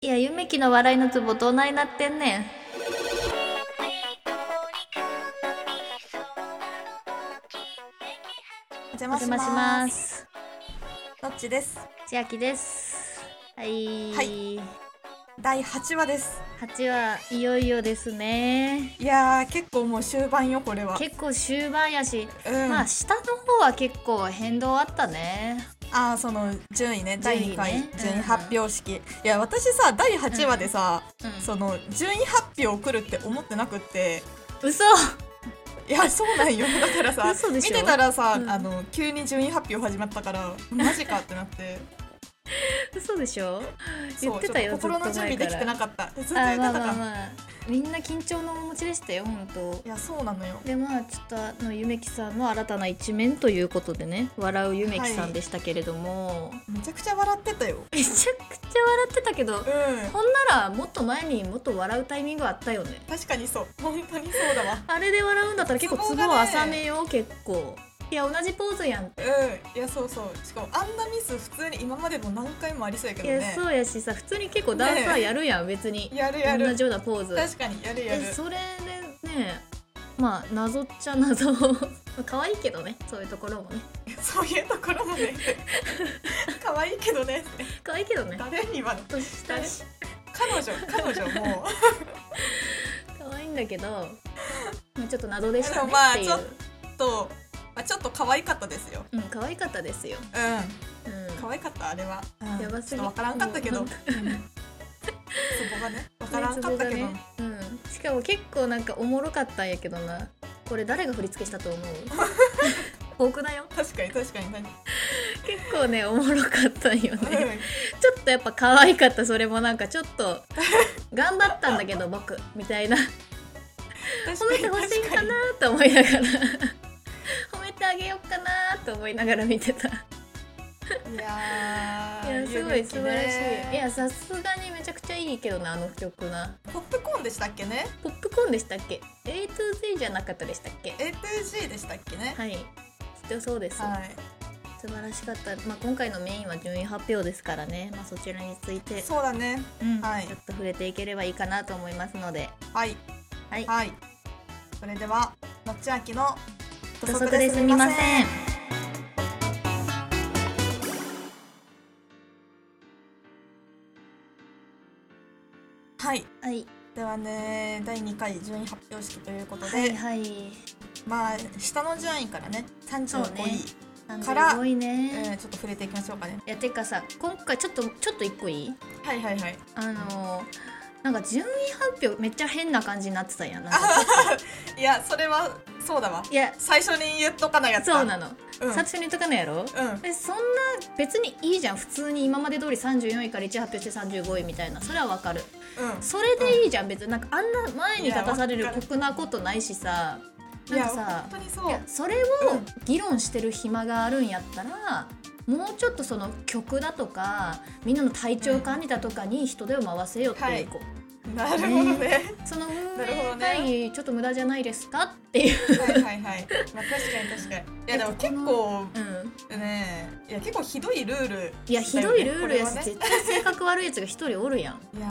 いや、ゆめきの笑いのツボどないなってんねん。お邪お魔し邪魔ましす。ます。どっちです。千秋です。はい。は8第八話です。はいよいよですね。いやー、結構もう終盤よ、これは。結構終盤やし、うん、まあ下の方は結構変動あったね。あーその順位ね第2回順順位位,、ね発表式、いや私さ第8話でさ、うんその順位発表来るって思ってなくって嘘 いやそうなんよだからさ嘘で見しょてたらさ、うんあの急に順位発表始まったからマジかってなって 嘘でしょそう言ってたよ、ちょっと心の準備できてなかかったずっとあ言ってー、またあから、まあまあ。みんな緊張の面持ちでしたよ、ほんとい。やそうなのよでまあちょっとあのゆめきさんの新たな一面ということでね笑うゆめきさんでしたけれども、めちゃくちゃ笑ってたよめちゃくちゃ笑ってたけどうんほんならもっと前にもっと笑うタイミングあったよね確かにそう本当にそうだわあれで笑うんだったら結構ツツボボがね浅めよ結構いや同じポーズやんうんいやそうそうしかもあんなミス普通に今までも何回もありそうやけいどやねそうやしさ普通に結構ダンサーやるやん、別にやるやる同じようなポーズ確かにやるやるえそれでねまあ謎っちゃ謎 可愛いけどねそういうところもねそういうところもね可愛いけどねって可愛いけどね誰にはとしたし彼女彼女もう可愛いんだけど、まあ、ちょっと謎でしたでねもまあっていう、ちょっとあちょっと可愛かったですようん可愛かったですよ、うんう可愛かったあれは、うんやばすぎちょっとわからんかったけど、ううんん、そこがねわからんかったけど、ねつぼがねうん、しかも結構なんかおもろかったんやけどなこれ誰が振り付けしたと思う僕だよ確かに確かに何、結構ねおもろかったんよねうんちょっとやっぱ可愛かったそれもなんかちょっと頑張ったんだけど僕みたいな褒めてほしいかなと思いながら褒めてあげようかなと思いながら見てたいやいーやすごい素晴らしいいややさすがにめちゃくちゃいいけどなあの曲なポップコーンでしたっけねポップコーンでしたっけ A to Z じゃなかったでしたっけ A2G でしたっけねはいきっとそうです、は素晴らしかった、まあ、今回のメインは順位発表ですからね、まあ、そちらについいて、そうだねうんはいちょっと触れていければいいかなと思いますのではいはいはい。それでは、のっちあきの土足ですみません。はい。はいではね、第2回順位発表式ということで、はいはいまあ、下の順位からね、そう35位、ねからすごいね、えーちょっと触れていきましょうかね。いやてかさ今回ちょっとちょっと一個いいはいはいはい。あのーなんか順位発表めっちゃ変な感じになってたやんなんかいや、それは、そうだわ。いや最初に言っとかないやつだそうなの、うん。最初に言っとかないやろ、うん。えそんな別にいいじゃん普通に今まで通り34位から1発表して35位みたいなそれはわかるうん。それでいいじゃん別になんかあんな前に立たされるいやわかる酷なことないしさいなんや、かさ本当にそ。いうやそれを議論してる暇があるんやったらもうちょっとその曲だとかみんなの体調管理だとかに人手を回せよっていう、こうなるほどね。その運なるほど営ね会議ちょっと無駄じゃないですかっていう、はいはいはい。まあ、確かに確かに。いや、でも結構、うん、ね、いや、結構ひどいルール。いやひどいルールやし、これはね絶対性格悪いやつが一人おるやんいや、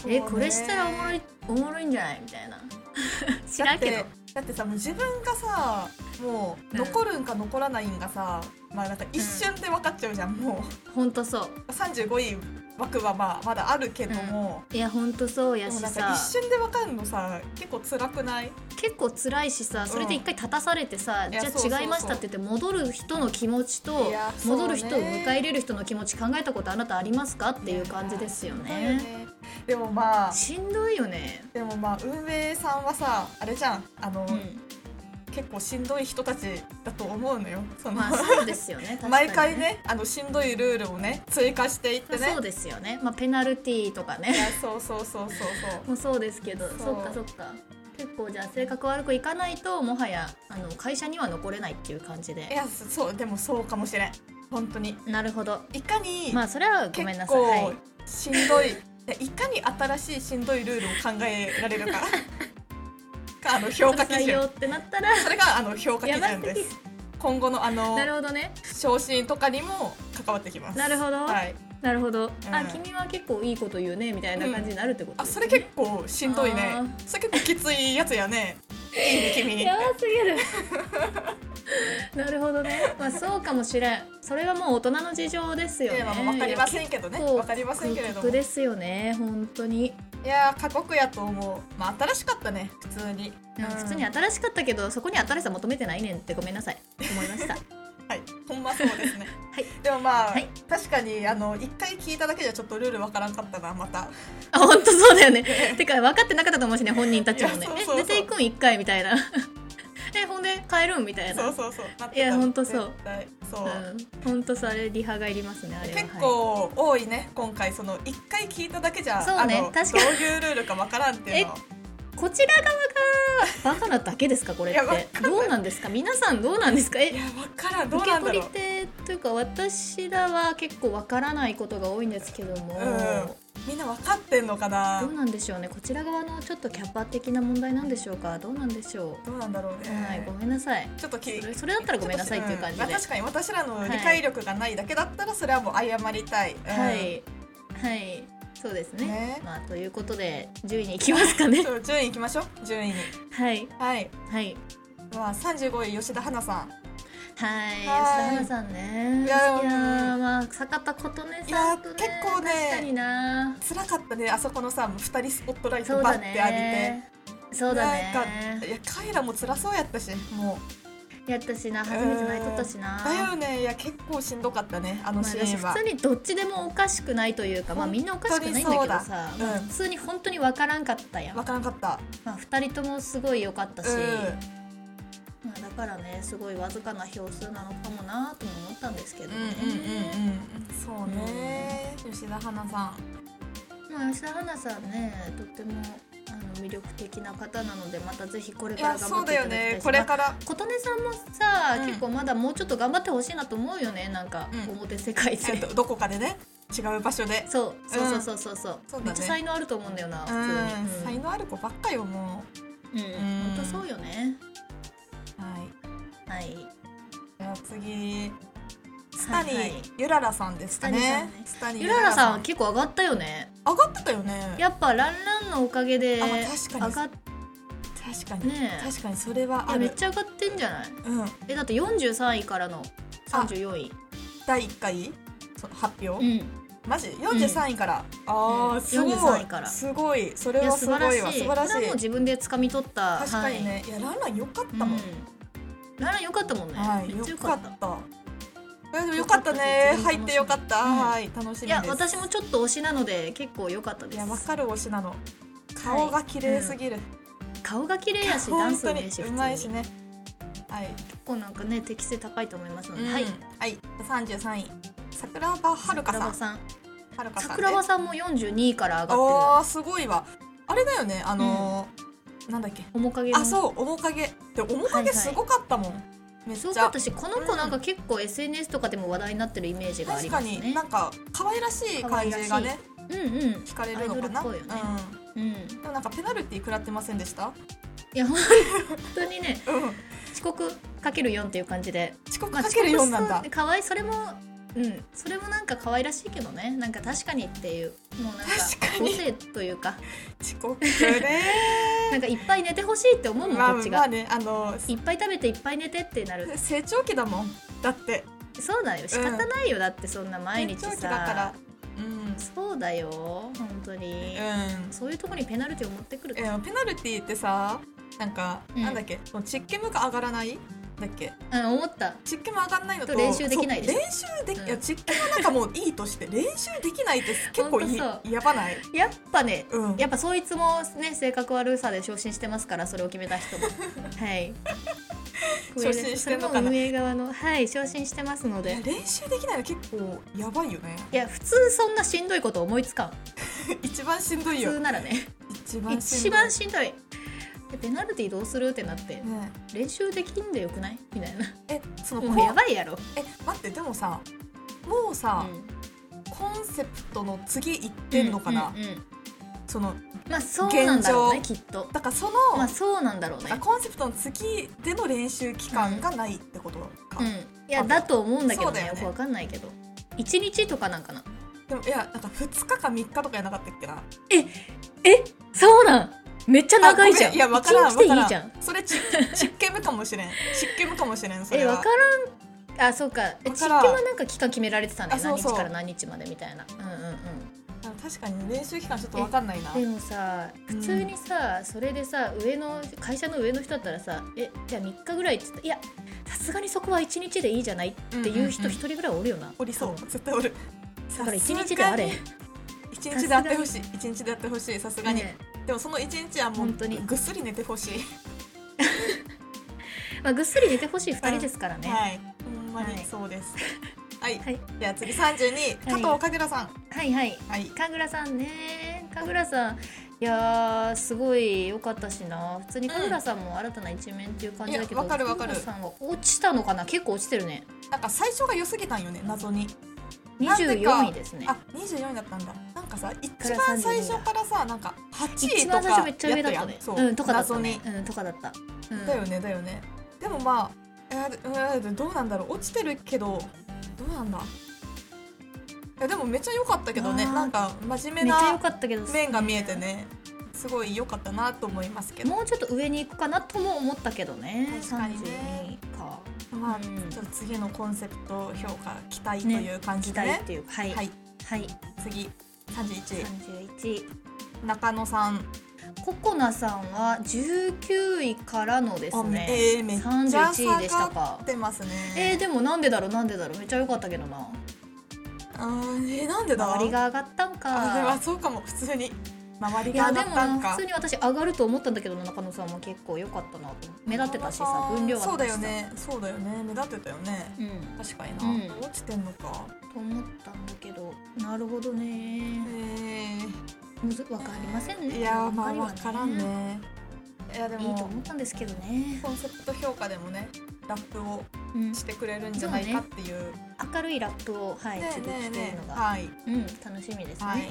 そうねえこれしたらおもろいおもろいんじゃないみたいな知らんけどだってだってさもう自分がさもううん残るんか残らないんがさ、まあなんか一瞬で分かっちゃうじゃん、もほんとそう35位枠はまあまだあるけども、ういやほんとそうやでしもなんさか一瞬で分かるのさ結構辛くない結構辛いしさそれで一回立たされてさ、んいじやそうそうゃそあう違いましたって言って戻る人の気持ちといやそうね戻る人を迎え入れる人の気持ち考えたことあなたありますかっていう感じですよだね。よねでもまあしんどいよね。でもまあ運営さんはさあれじゃんあの、うん、結構しんどい人たちだと思うのよその、まあそうですよ ね。確かに毎回。ねあのしんどいルールをね追加していってねそうですよね。まあペナルティーとかいね。 やそうそうそうそうそうもうそうですけど、そうそっかそっか。結構じゃあ性格悪くいかないともはやあの会社には残れないっていう感じいで。やそそうでもそうかもしれん本当になるほど。いかにまあそれはごめんな結さい。はい構しんどい,、い、やいかに新しいしんどいルールを考えら れるかかあの評価基採用準ってなったらそれがあの評価基準やばすでぎす今後のあのなるほどね。昇進とかにも関わってきますなるほどはいなるほど、うあん君は結構いいこと言うねみたいな感じになるってことあですそね、れ結構しんどいねあそれ結構きついやつやねいいね君やばすぎる なるほどねまあそうかもしれんそれはもう大人の事情ですよねでは分かりませんけどね結構分かりませんけれど空腹もいですよね本当に、やー過酷やと思うまあ新しかったね普通に、うん普通に新しかったけどそこに新しさ求めてないねんってごめんなさい思いましたはいほんまそうですね、 はいでもまあ、はい確かにあの一回聞いただけじゃちょっとルールわからんかったなまたあ本当そうだよ ねてか分かってなかったと思うしね本人たちもねいやそうそうそうえ出ていくん1回みたいな えほんで帰るんみたいなそうそうそうなってたいやほんとそう絶対そう、うん、ほんとそれリハがいりますねあれは結構多いね今回その一回聞いただけじゃそうねあの確かにどういうルールかわからんっていうのこちら側がバカなだけですかこれっいやわかてんないどうなんですか皆さんどうなんですか えいやわからんどう受なけんだ取ろりう手というか私らは結構わからないことが多いんですけども、うみんなわかってんのかなどうなんでしょうねこちら側のちょっとキャパ的な問題なんでしょうかどうなんでしょどうなんだろうう、はいねごめんなさいちょっときそれそれだったらごめんなさいっていう感じで、んまあ確かに私らの理解力がないだけだったらそれはもう謝りたい、うんはいはいそうですねねまあということで10位に行きますかねちょっと順位いきましょう順位にはいはいはいまあ35位吉田花さんはい、吉田はい花さんね。いいややーー、まあ、坂田琴音さんとね。いや結構ね確かにな。辛かったねあそこのさもう2人スポットライそトうバだッて浴びてね。そうだなんかね。いや彼らも辛そうやったしもうやったしな、初めて泣いとったしな。だよねいや結構しんどかったねあのまあシだしーンは普通にどっちでもおかしくないというか、まあ、みんなおかしくないんだけどさ本当にそうだまあうん普通に本当に分からんかったやん、わまからんかったあ、2人ともすごい良かったし、うまあ、だからねすごいわずかな票数なのかもなとも思ったんですけどねん、うんうんうんうんそうね吉田花さんまあ、吉田花さんねとってもあの魅力的な方なのでまたぜひこれいからや頑そ張うってだいよただきたいねしこれまあから琴音さんもさ、うん結構まだもうちょっと頑張ってほしいなと思うよねなんか、うん表世界でえっとどこかでね違う場所でそうそううそんうそうそうそう、そうだねめっちゃ才能あると思うんだよな普うん通に才能ある子ばっかよもうん、うんうん本当そうよねうはいはいじゃあ次スタはいニはいゆららさんですかねスタニゆららさんは結構上がったよね上がってたよねやっぱランランのおかげであ上まあがっ確かに確かにねえ確かにそれはいあやめっるちゃ上がってんじゃないうんえだって43位からの34位第一回その発う表んマジ43位からあうあんすごい43位からすごいそれいやは素すご晴いらわしい素晴らこしれはもうい自分で掴み取った確かに、ねいやランラン良かっはいたもうんん、ララ良かったもんね、はいめっちゃ良良かかっったたいやでも良かったね入って良かったうんはい楽しみですいや私もちょっと推しなので結構良かったでいすやわかる推しなの顔が綺麗すぎる顔が綺麗やしダン本ス当うにめえしうまいし結ねはい構なんかね適性高いと思いますので、ははいいはい三十三位桜庭はるかさ桜ん庭さんはるかさんね桜庭さんも42位から上がってるわあーすごいわあれだよねあのーなんだっけ面影もあそう面影で面はいは影いすごかったもんめっちすごかゃったしこの子なんか結構 SNS とかでも話題になってるイメージがあり確まかすねになんか可愛らしい感じがねうんうん惹かれるのかなアイドルっぽいよねうんうんでもなんかペナルティ食らってませんでしたいや本当にねうん遅刻かける4っていう感じで遅刻まあかけるようなん遅だ刻する可愛いそれもうんそれもなんか可愛らしいけどねなんか確かにっていうもうなんか確か個に性というか遅刻ねなんかいっぱい寝てほしいって思うもんまあこっちまあがねあのいっぱい食べていっぱい寝てってなる成長期だもんだってそうだよ仕方ないよだってそんな毎成日長期だからさうんそうだよ本当にうんそういうとこにペナルティを持ってくるえーペナルティってさなんか、うんなんだっけそのチッケムが上がらないだっけうん思ったチッケム上がらないのとと練習できないでしょそう練習でき、うんいやチッケムなんかもういいとして練習できないって 結構いほんとやばないやっぱねうんやっぱそいつもね性格悪さで昇進してますからそれを決めた人 もはい昇進してんのかなそれも運営側のはい昇進してますのいでや練習できないの結構やばいよね いや普通そんなしんどいこと思いつかん一番しんどい普よ通ならね 一番し一んどい番しんどいえペナルティどうするってなってね練習できんでよくないみたいなえそのこもううやばいやろ、え待ってでもさもううさ、んコンセプトの次行ってんのかな、うんうんうんそのまあそうなんだろうねき現っとだからその、まあそうなんだろうねあコンセプトの次での練習期間がないってことか、うんいやだと思うんだけどそうだねよよねくわかんないけど一日とかなんかなでもいやなんか2日か3日とかやなかったっけなえそうなんめっちゃ長いじゃんあごめいや分からん一日分かでいらいんじゃんそれ ち実験部かもしれん実験部かもしれんそれえは分からんあそうかえわ実か験らんはなんか期間決められてたねあそうそう何日から何日までみたいなうんうんうんあ確かに練習期間ちょっと分かんないなでもさ普通にさ、それでさ上の会社の上の人だったらさ「えじゃあ3日ぐらい」って言ったいやさすがにそこは1日でいいじゃない」っていううんうんう人ん一人ぐらいおるよなおりそう多分絶対おるだから1日であれ一日であってほしい一日であってほしいさすがに、ねでもその一日はもう本当にぐっすり寝てほしい、まあ、ぐっすり寝てほしい2人ですからね、はいほんまにはいそ うですはい、はいじゃあ次三十二加藤かぐらさんはいはいはい神楽さんね神楽さんいやーすごい良かったしな普通に神楽さんも新たな一面っていう感じだけど、いやわかるわかる神楽さんは落ちたのかな結構落ちてるねなんか最初が良すぎたんよね謎になんでか24位ですねあ二十四だったんだなんかさ一から番32最初からさなんか八位一とか番最初めっちゃ上だっやたたやねんそう、うんとかだった謎ねにうんとかだった、うんだよねだよねでもまあ、えーうんどうなんだろう落ちてるけどどうなんだいやでもめっちゃ良かったけどねあーなんか真面め目っちゃ良なかったけど面が見えてねすごい良かったなと思いますけどもうちょっと上に行くかなとも思ったけどね確かにね32かまあ、うんちょっと次のコンセプト評価期待という感期じで待ねっていうかはいはいはい次31 31位中野さん、ココナさんは19位からのですあねえーめっちゃ31位でした下がかってますねえー、でもなんでだろうなんでだろうめっちゃ良かったけどなあーえーなんでだ周りが上がったんあでかはそうかも普通に周りいがや上でがっもたなんか普通に私上がると思ったんだけどな中野さんも結構良かったなと思って目立ってたしさ分量がそうだよしねそうだよね目立ってたよねうん確かにうな、ん落ちてんのかと思ったんだけどなるほどえねむずわかりませんねいやまあわ分りはからんねいやでいいとも思ったんですけどねコンセプト評価でもねラップをうんしてくれるんじゃないかっていう明るいラップをはいね次ね聞けるのがはいうん楽しみですはいね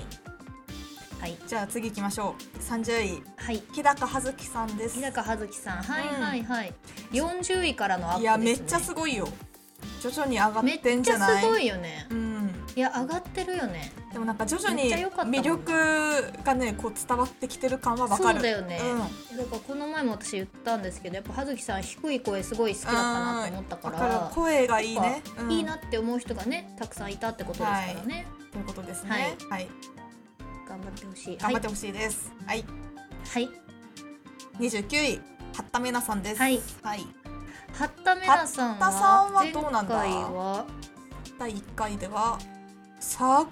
はいじゃあ次行きましょう30位はい日高葉月さんです日高葉月さんはいうんはいはい40位からのアップですいねやめっちゃすごいよ徐々に上がっめってんじちゃゃないすごいよねうんいや上がってるよねでもなんか徐々めっにちゃ良かったもん魅力がねこう伝わってきてる感はわそかるうだよねうんだからこの前も私言ったんですけどやっぱ葉月さん低い声すごい好きだったなと思ったかわからら声がいいね、うんいいなって思う人がねたくさんいたってことですからねということですねはいはい、頑張ってほしい頑張ってほしいですはい、はい29位八田美奈さんですはい、はい、八田メナさん八田さんはは前どうなんだ回は第1回では下がっ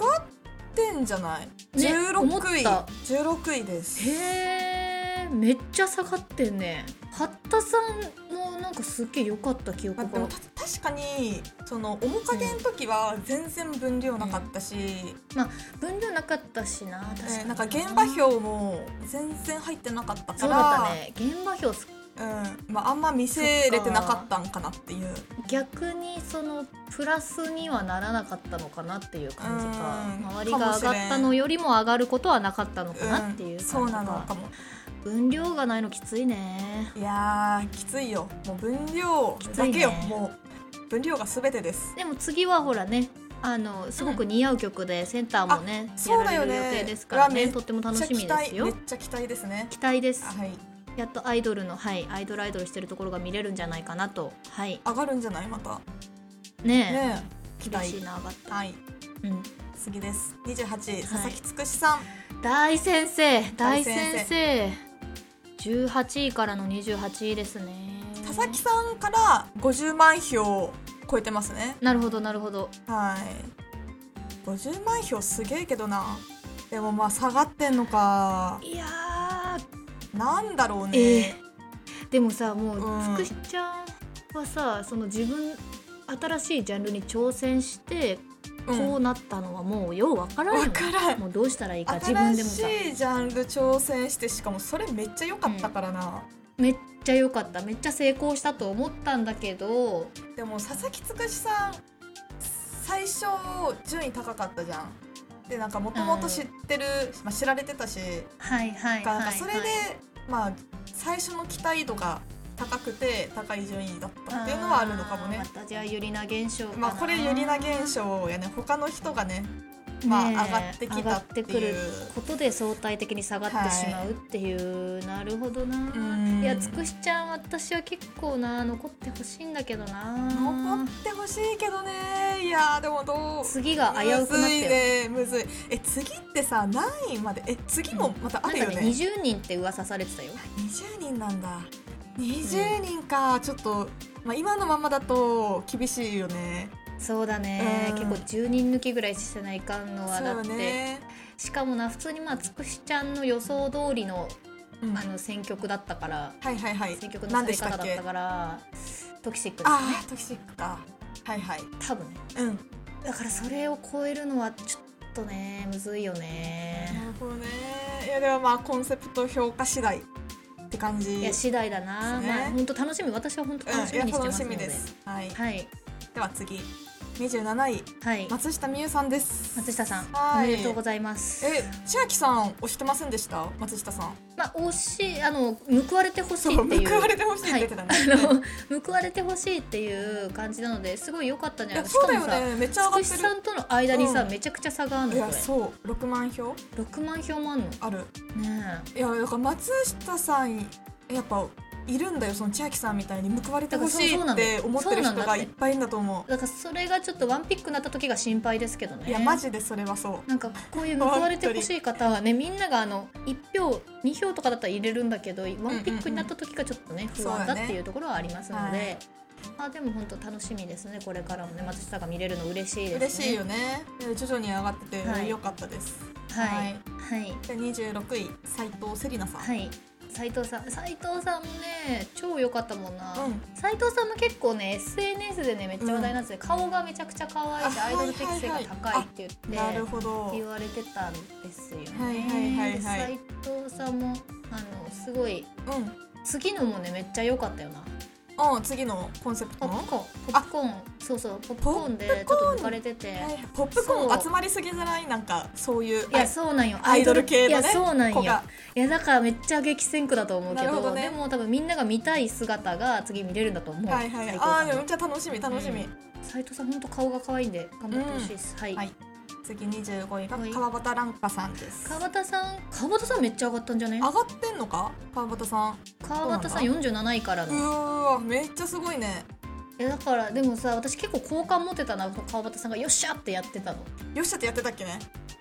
てんじゃない、ね思っ16位た16位ですへーめっちゃ下がってんね八田さんもなんかすっげえ良かった記まあ憶でもがた確かにその面影の時は全然分量なかったし、分量なかったしな確かえにーなんか現場表も全然入ってなかったからそうだったね現場表すうんまあ、あんま見せれてなかったんかなっていう逆にそのプラスにはならなかったのかなっていう感じかうん周りが上がったのよりも上がることはなかったのかなっていう感ん、じそうなのかかも分量がないのきついねいやーきついよもう分量だけよ、きついねもう分量が全てですでも次はほらねあのすごく似合う曲でセンターもね、あそうだやよられねる予定ですからうわねめとっても楽しめっみちでゃ期す待めっよちゃ期待ですね期待ですあはいやっとアイドルのはいアイドルアイドルしてるところが見れるんじゃないかなとはい上がるんじゃないまたねえねえ期嬉待しいな上がった、はいうん、次です28位佐々木つくしさん、大先生大大先先生18位からの28位ですね佐々木さんから50万票超えてますねなるほどなるほどはい50万票すげえけどなでもまあ下がってんのかいやなんだろうーえね、ーでもさもう、うつんくしちゃんはさその自分新しいジャンルに挑戦してうんこうなったのはもうようわからんよわねからんもうどうしたらいいか自分新でもしさいジャンル挑戦してしかもそれめっちゃ良かったからな、めっちゃ良かっためっちゃ成功したと思ったんだけどでも佐々木つくしさん最初順位高かったじゃんでなんかもともと知ってる、まあ、知られてたしはいはいなはんい、かはい、それで、まあ最初の期待度が高くて高い順位だったっていうのはあるのかもねあーまたじゃあユリナ現象かなまあこれユリナ現象やね他の人がねまあねえ上がってきたっていう上がってくることで相対的に下がってしまうっていう、なるほどな、うんいやつくしちゃん私は結構な残ってほしいんだけどな残ってほしいけどねいやーでもどう次が危うくなむっずいてる、ねむずいえ次ってさ何位までえ次もまたあなんるかよねね,、 20人って噂されてたよ20人なんだ20人か、ちょっと、まあ、今のままだと厳しいよねそうだね、うん結構10人抜きぐらいしてないかんのはそうだっよて、ね、しかもな普通にまあつくしちゃんの予想通りのうんあの選曲だったから、はいはいはい選曲の何使でいした方っだっけたからトキシックですよねああトキシックかはいはい多分ねうんなだからそれを超えるのはちょっとねむずいよね、るほどねいやでもまあコンセプト評価次第って感じいや次第だな、ですねまあ本当楽しみ私は本当楽しみうんにしいてまや楽すしのみで,、です、はい、はいでは次27位はい松下美優さんです松下さん、はいおめでとうございますえ千秋さん押してませんでした松 下さんまあ惜しいあの報われてほしいっていう報われてほしいって言ってたね、あの報われてほしいっていう感じなのですごい良かったんじいゃないやですそうかしだかよもさねめっちゃつ上がくしっさんとの間にさ、うんめちゃくちゃ差があるてのるいこやれそう6万票6万票もあんのあるねえいやだから松下さんやっぱいるんだよその千秋さんみたいに報われてほしいだからそうそうなっんだてよ思ってるそうなん人だってがいっぱいいるんだと思だからそれがちょっとワンピックになった時が心配ですけどう、ねいやマジでそれはそうなんかこういう報われてほしい方はねみんながあの1票2票とかだったら入れるんだけどワンピックになった時がちょっとねうん不安だそうだっねていうところはありますので、はいあでも本当楽しみですねこれからもね松下が見れるの嬉しいで嬉すしいよねいや徐々に上がってて、はい良かったですはいははいいで26位斉藤セリナさん、はい斉藤さん斉藤さんもね超良かったもんな、うん斉藤さんも結構ね SNS でねめっちゃ話題になってて、顔がめちゃくちゃ可愛いしあアイドル適性がはいはいはい高いって言なってるほど言われてたんですよね。はいはいはいはいで斉藤さんもあのすごいうん次のもねめっちゃ良かったよな。うん次のコンセプポトッのプコーンポップコーンそうそうポップコーンでちょっと抜かれてて。はいポップコそーうン集まりすぎじゃないなんかそういういやそうなんよアイドル系のねいやそうなんよ子がいやだからめっちゃ激戦区だと思うけなるどほどねでも多分みんなが見たい姿が次見れるんだと思う、はいはい斉藤あさあんでもめのっちゃ楽しみ楽しみ、うん斉藤さん本当顔が可愛いんで頑張ってほしいです、はい、はい次25位がはい川端蘭花さんです川端さん川端さんめっちゃ上がったんじゃない上がってんのか川端さん川端さんそ47位からうのーわめっちゃすごいねいやだからでもさ私結構好感持てたな川端さんが「よっしゃ!」ってやってたのよっしゃってやってたっけね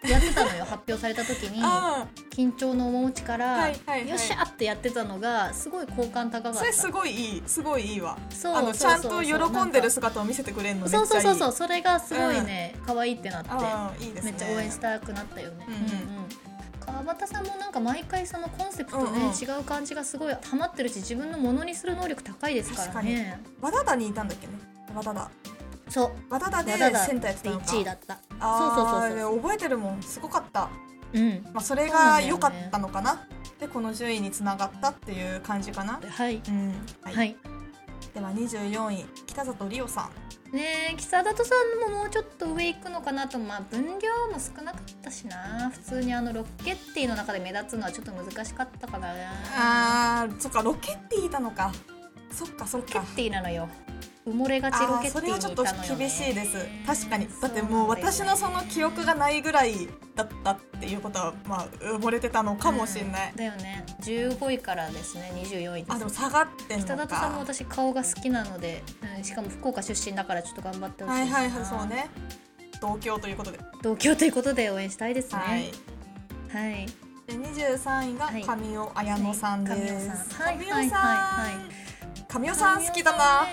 やってた のよ発表された時にあ緊張の面持ちから、はいはいはいよっしゃ!」ってやってたのがすごい好感高かあったそれすごいいいすごいいいわそうあのちゃんとそう喜そうそうんでる姿を見せてくれるのめっちゃそいういそうそうそうそれがすごいね、可愛いってなって、ああいいですめねっちゃ応援したくなったよね、うんうんうん川端さんもなんか毎回そのコンセプトね、うんうん違う感じがすごいハマってるし自分のものにする能力高いですからね和田田にいたんだっけね和田田そう和田田で和田だセンターやってたのか1位だったあそうそうーそうで覚えてるもんすごかったうんまあ、それが良かったのかなでこの順位につながったっていう感じかな、はいうんはいはいでは24位北里理央さんねえ北里さんももうちょっと上行くのかなとまあ分量も少なかったしな普通にあのロッケッティの中で目立つのはちょっと難しかったかなあーそっかロケッティいたのかそっかそっロケかッティなのよ埋もれがちロあケッテーそィにれいはたちのょっよとね厳しいです確かにだってもう私のその記憶がないぐらいだったっていうことはまあ埋もれてたのかもしれない、うんだよね15位からですね24位であすでも下がってんのか北里さんも私顔が好きなので、うん、しかも福岡出身だからちょっと頑張ってほしいはないはいはいそうね同郷ということで、同郷ということで応援したいですはいねはいで23位がはい神尾綾乃さんです。はい神神尾尾さんはいはいはいさん。神尾さん好きだな。な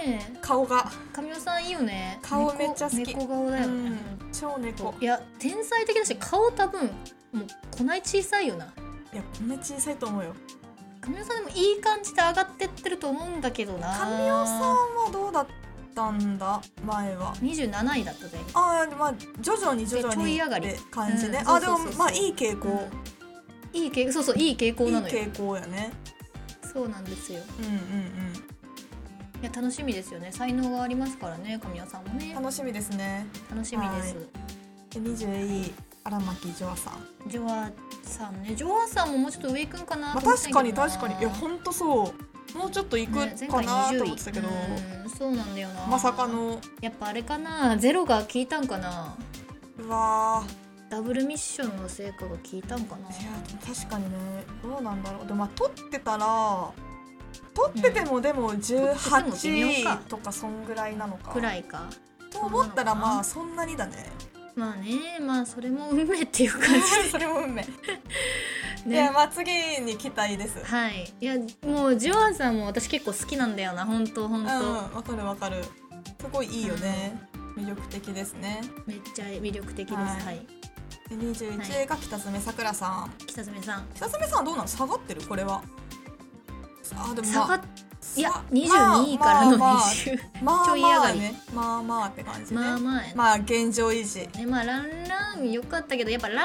顔が、神尾さんいいよね顔猫めっちゃ好き猫顔だよね、超猫。いや天才的だし顔多分もうこない小さいよないやこんな小さいと思うよ。神尾さんでもいい感じで上がってってると思うんだけどな神尾さんはどうだったんだ前は。 27位だったぜああまあ徐々に徐々でちょにい上がっりて感じね。うんあでもそうそうそうそうまあいい傾向、いい傾そうそういい傾向いいなのよ傾向やね。そうなんですようんうんいや楽しみですよね才能がありますからね神谷さんもねうん。楽しみですね。楽しみです、はで21位荒牧ジョアさん。ジョアさんねジョアさんももうちょっと上行くんかなまあと思ってた確けどかなに確かにいや本当そう。もうちょっと行ねくかな前回20位と思ってたけど。うんそうなんだよなまさかのやっぱあれかなゼロが効いたんかなうわーだダブルミッションの成果が効いたんかないや確かにねどうなんだろうでもまあ取ってたら取っててもでも取ってても微妙か18とかそんぐらいなのかくらいかと思ったらそんなのかなまあそんなにだねまあねまあそれも運命っていう感それも運命、じいねやまあ次に期待ですはいいやもうジョアンさんも私結構好きなんだよな本当う本ん当、わかるわかるすごいいいよね、魅力的ですねめっちゃ魅力的ですははいい、で21位が北爪さくらさん北爪さん北爪さんはどうなの下がってるこれはあでも下まがあっいやさ22位からのまあまあ20まあちょいま上あがりねまあまあって感じねまあまあやなまあ現状維持ねまあランラン良かったけどやっぱランラ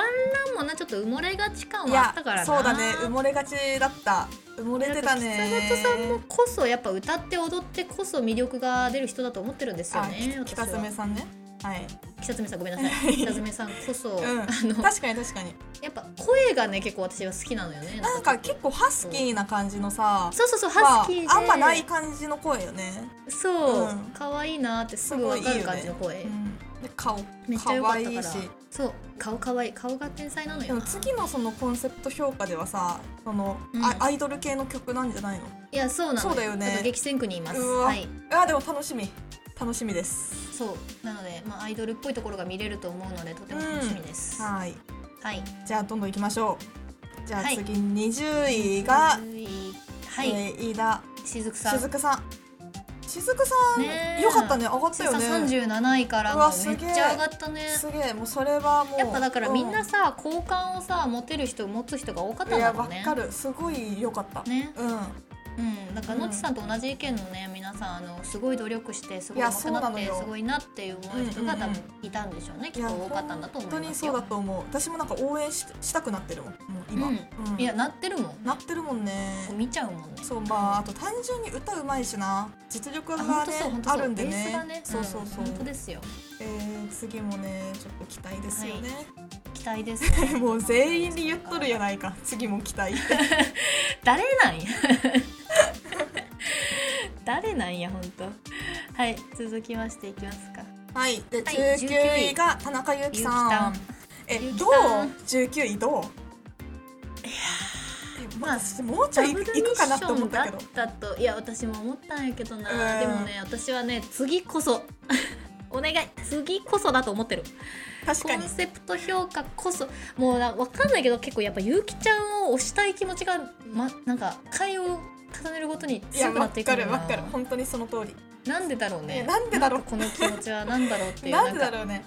ンもなちょっと埋もれがち感いはあやったからなそうだね埋もれがちだった埋もれてたね北里さんもこそやっぱ歌って踊ってこそ魅力が出る人だと思ってるんですよあねき北私は爪さんねはい北爪さんごめんな さい北爪さんこそ、うんあの確かに確かにやっぱ声がね結構私は好きなのよねなんか結構ハスキーな感じのさそうそうそうハスキーで、まあ、あんまない感じの声よね、そう、うん可愛いなってすぐわかる感じの声うん、で顔めっちゃ良かった可愛かいらしそう顔可愛い顔が天才なのでよもな次のそのコンセプト評価ではさその、うんあアイドル系の曲なんじゃないのいやそうなのそうだよねから激戦区にいますうわはいあでも楽しみ楽しみですそうなので、まあ、アイドルっぽいところが見れると思うのでとても楽しみです、はいはいじゃあどんどん行きましょうじゃあはい次20位はが、い、えー飯田雫さん雫さん雫さん、ねえよかったね上がった雫よさんね37位からうもわうめっすげえちゃ上がったねすげえもうそれはもうやっぱだからみんうなさ好感をさ持てる人持つ人が多かったいんだやろわうねかるすごい良かった、ねううん、だからうんのちさんと同じ意見のね皆さんあのすごい努力してすごいいや上手くなそっうなのてすよごいなっていう思う人がうんうん多うん分いたんでしょうね、んいやきっと多かったんだと本思当いまにすそうよだと思う私もなんか応援ししたくなってるもんもう今、うんうんいやなってるもんなってるもんね見ちゃうもんねそうまああと単純に歌うまいしな実力あが本当ねそう本当あそうるんでベースがねねそうそうそうん本当ですよえー次もねちょっと期待ですよね、期待ですねもう全員で言っとるやないか次も期待誰なんや 誰なんや本当はい続きましていきますかはいで はい19位が田中裕樹さんゆうきえゆうきどうさん19位どうえままああ、もうちダょいブいルミッくかなシとョ思っンだたっけどたといや私も思ったんやけどうなんでもね私はね次こそ お願い次こそだと思ってる確コかンにセプト評価こそもうな分かんないけど結構やっぱゆうきちゃんを推したい気持ちが、ま、なんか回を重ねるごとにいや強くなわっていくかんだるなわかる本当にその通りなんでだろういねやなんでだろうかこの気持ちはなんだろうっていうなんでだかろうね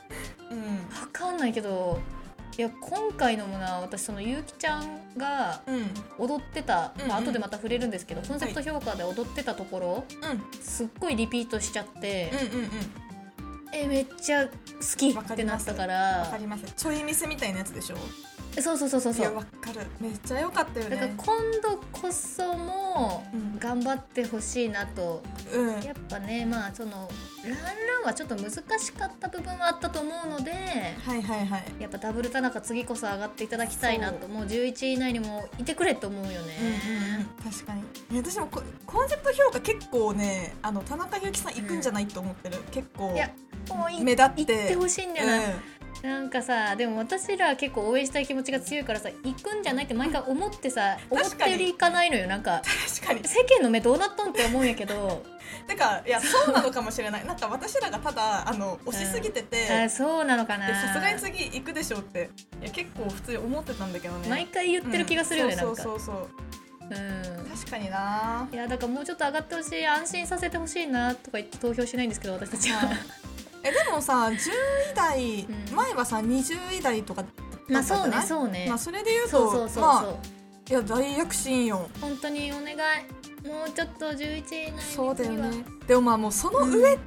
う分かんないけどいや今回のもな私そのゆうきちゃんがんうんうん踊ってた、まあうんうん後でまた触れるんですけど、コンセプト評価で踊ってたところ、すっごいリピートしちゃって、うんうんうんえめっちゃ好きってなったかわからりますちょい見せみたいなやつでしょそうそうそうそういそやうわかるめっちゃ良かったよだからね今度こそもうん頑張ってほしいなと、うんやっぱねまあそのランランはちょっと難しかった部分はあったと思うのではいはいはいやっぱダブル田中次こそ上がっていただきたいなともう11位以内にもいてくれと思うよね、うんうんうん確かにいや私もこコンセプト評価結構ねあの田中裕樹さん行くんじゃないと思ってる、結構いやもうい目立って行ってほしいんだよな、うなんかさでも私ら結構応援したい気持ちが強いからさ行くんじゃないって毎回思ってさ思っ確かにたより行かないのよなんかん、確かに世間の目どうなっとんって思うんやけ どてかいやそうなのかもしれないなんか私らがただあの押しすぎててあそうなのかなでさすがに次行くでしょうっていや結構普通に思ってたんだけどね毎回言ってる気がするよね、うんなんかそうそうそううんそう確かにないやだからもうちょっと上がってほしい安心させてほしいなとか言って投票しないんですけど私たちはえでもさ10位台、うん前はさ20位台とか まあそうだねったじゃそうね、まあ、それで言うとそうそうそうそう、まあいや大躍進よ本当にお願いもうちょっと11位以内にそうだよ次はねでもまあもうその上っ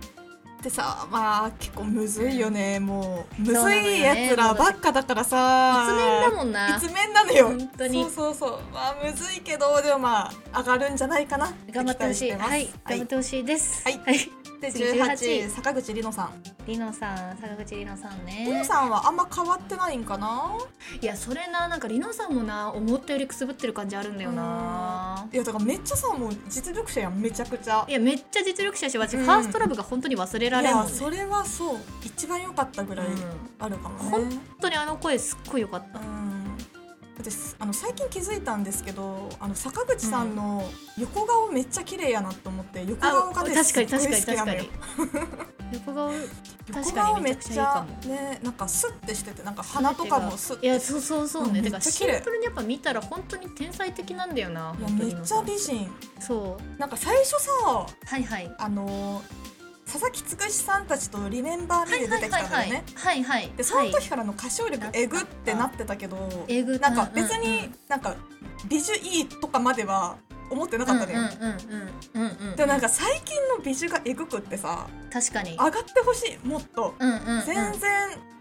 てさ、まあ結構むずいよねもうむずいやつらばっかだからさ一面だもんな一面なのよ本当にそうそうそうまあむずいけどでもまあ上がるんじゃないかな頑張ってほしい期待てますはい頑張ってほしいですはいはい、でで次18 18坂口里乃さんりのさん坂口りのさんね里乃さんはあんま変わってないんかないやそれななんかりのさんもな思ったよりくすぶってる感じあるんだよないやだからめっちゃさもう実力者やんめちゃくちゃいやめっちゃ実力者やし私、うんファーストラブが本当に忘れらいれんもんやねそれはそう一番良かったぐらいうんあるかもね、ほ本当にあの声すっごい良かったうん私あの最近気づいたんですけどあの坂口さんの横顔めっちゃ綺麗やなと思って横あ顔が確ねかにすっ確ごかいに好き確なかのよに 横顔い横確か顔にめめっちゃくちゃちいいかもゃねなんかスッてしててなんか鼻とかもスッていやそうそうそうね、うんだからめっちシゃ綺麗ンプルにやっぱ見たら本当に天才的なんだよなや本当めにっちゃ美人そうなんか最初さはいはいあの佐々木つくしさんたちとリメンバーはミーいでは出いてきはいたんだよね、はいはいはいでそのはい時からの歌唱力えぐってなってたけど、えぐなんかう別うんうんになんか美女いいとかまでは思ってなかったのよ、うんうんうんうんうんうんでもなんか最近の美女がえぐくってさ確かに上がってほしいもっと、うんうんうん全然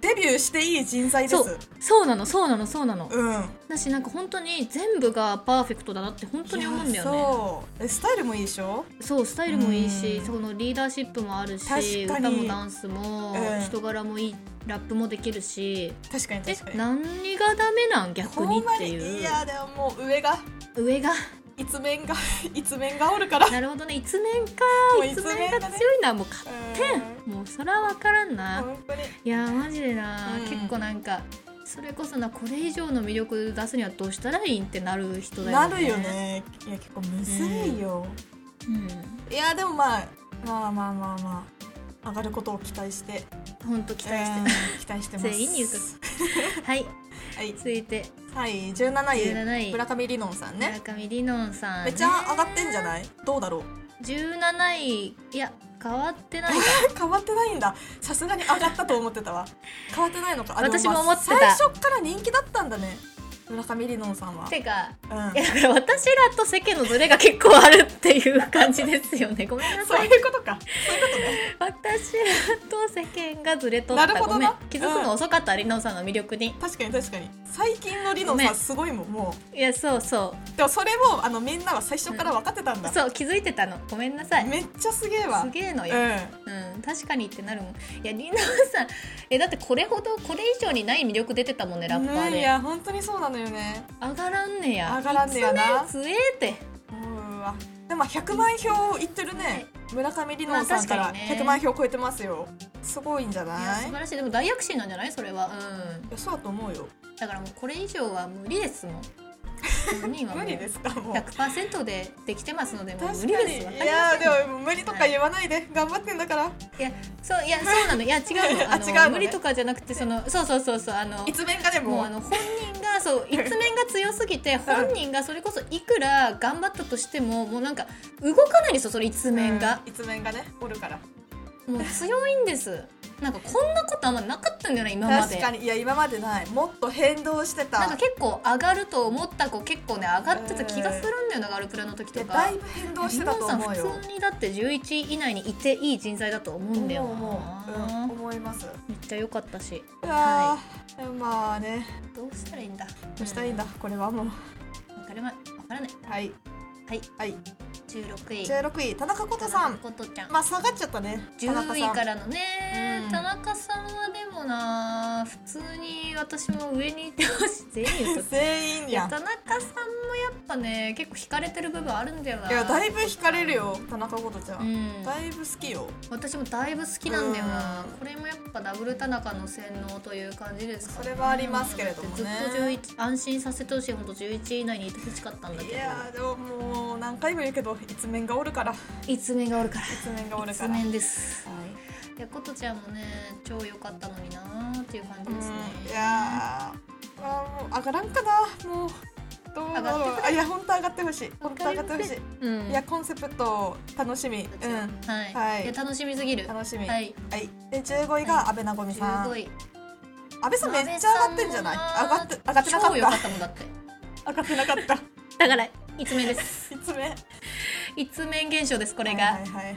デビューしていい人材ですそうそうなのそうなのそうなのうん本だしなんか本当に全部がパーフェクトだなって本当に思うんだよねそうえスタイルもいいでしょそうスタイルもいいしうんそのリーダーシップもあるし確かに歌もダンスもうん人柄もいいラップもできるし確かにえ確かに何がダメなん逆にほんまってにいいうやでももう上が上が 一面が 一面がおるからなるほどね一面かもう一一面面ががね強いなもうかうんもうそら分からんな本当にいやーマジでな、うん結構なんかそれこそなこれ以上の魅力出すにはどうしたらいいんってなる人だよなねるよ、ねいや結構むずいよ、うん、いやでもまあまあまあまあまあ上がることを期待してほんと期待して、うん期待してます全員に言うと はいはい、続いてはい、17 17位位村上りのんさんね村上りのんさん、めっちゃ上がってんじゃいないどうだろう ?17 位いや変わってないか 変わってないんださすがに上がったと思ってたわ変わってないのかあで私もまあ思ってた最初から人気だったんだね村上りのんさんは てかうんいやだから私らと世間のズレが結構あるっていう感じですよねごめんなそさういいうことかそういうことね私らと世間がずれとったなるほごどめんな気づくの遅かった、りのんさんの魅力に確かに確かに最近のりのんごめさんんすごいもんもいやそうそううでもそれもあのみんなは最初から分かってたんだ、そう気づいてたのごめんなさいめっちゃすげえわすげえのうよ、んうん、確かにってなるもんいやりのんさんえだってこれほどこれ以上にない魅力出てたもんねラッパーねいでや本当にそうなのよね上がらんねや上がらんねやな一面強えってうんわでも100万票いってるね村上りのんさんかまあら確かにね100万票超えてますよすごいんじゃいやない素晴らしいでも大躍進なんじゃないそれはうんいやそうだと思うよだからもうこれ以上は無理ですもん本人はも 無う理ですかもう100%でできてますのでもう無確理かでにいすわかりまやせんよでも無理とか言わないで、頑張ってんだからそういやそうなのいや違うの ああの違うのね無理とかじゃなくてそのそうそうそうそうあのいつ面かでももうあの本人が そう一面が強すぎて本人がそれこそいくら頑張ったとしてももうなんか動かないんですよその一面が、うんいつ面がねおるからもう強いんですなんかこんなことあんまなかった んじゃない今まで確かにいや今までないもっと変動してたなんか結構上がると思った子結構ね上がってた気がするんだよなガルプラの時いとやかだいぶ変動し日てた本とさん思う普よ通にだって11位以内にいていい人材だと思うんだよな思う思う、うん、思いますめっちゃ良かったしいやー、まあねどうしたらいいんだどうしたらいいんだ、これはもううんわかりまわからないはいはいはい16位16位田中琴さんことちゃんまあ下がっちゃったね田10中位さんからのね、うん田中さんはでもな普通に私も上にいてほしい全員言うと全員いややん田中さんもやっぱね結構惹かれてる部分あるんだよないやだいぶ惹かれるよ田中琴ちゃ、うんんだいぶ好きよ私もだいぶ好きなんだよな、うんこれもやっぱダブル田中の洗脳という感じですかねそれはありますけれどもねだってずっと11安心させてほしい本当11位以内にいてほしかったんだけいやーでももう何回も言うけど一面がおるからどいつ面がおるから一面がいおるかつら面ですはいいやことちゃんもね超良かったのになーっていう感うじんですね、いやーあーもう上がらんかなもうどうだ上がろってうあいや本当上がってほしい本当上がってほしい、うんいやコンセプト楽しみうんはい、はいい、や楽しみすぎる。は楽しみ、い、はい、で15位が安倍なごみすさん、ごい。安倍さんめっちゃ上がってんじゃない上がって上がってなか超良かっったもんだって。た上がってなかっただから一面 です。一面一面現象ですここれが。ははいはいはい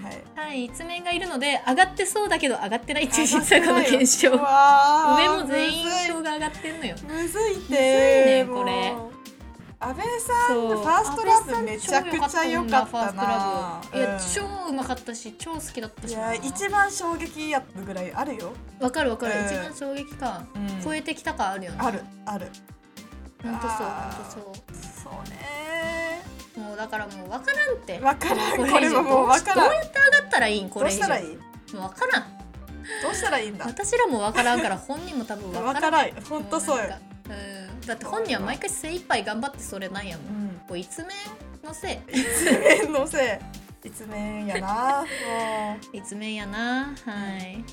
はいい、一面がいるので上がってそうだけど上がってないっていう上実がって際このないよ現象。うわー上も全員票が上がってんのよ。むずいむずいっむずいねてこれもう上安倍さんそうのファーストラブめちゃくちゃ良かったな安倍さん超良かったもんなファーうんストラブいや、超うまかったし超好きだったいしやな一番衝撃やったぐらいあるよ、わかるわかる、うん一番衝撃感超えてきた感あるよねあるあるほんとそうあーほんとそうねそうもうだからもうわからんってわからんこれ以上これはもうわからんどうやって上がったらいいんこどれう以し上たらいいどもうわからんうしたらいいんだ私らもわからんから本人も多分わわかからんらんほんとそうよもうなんかうんだって本人は毎回精一杯頑張ってそれなんやもんうんこう一面のせい一面のせい一面やなも一面やなはい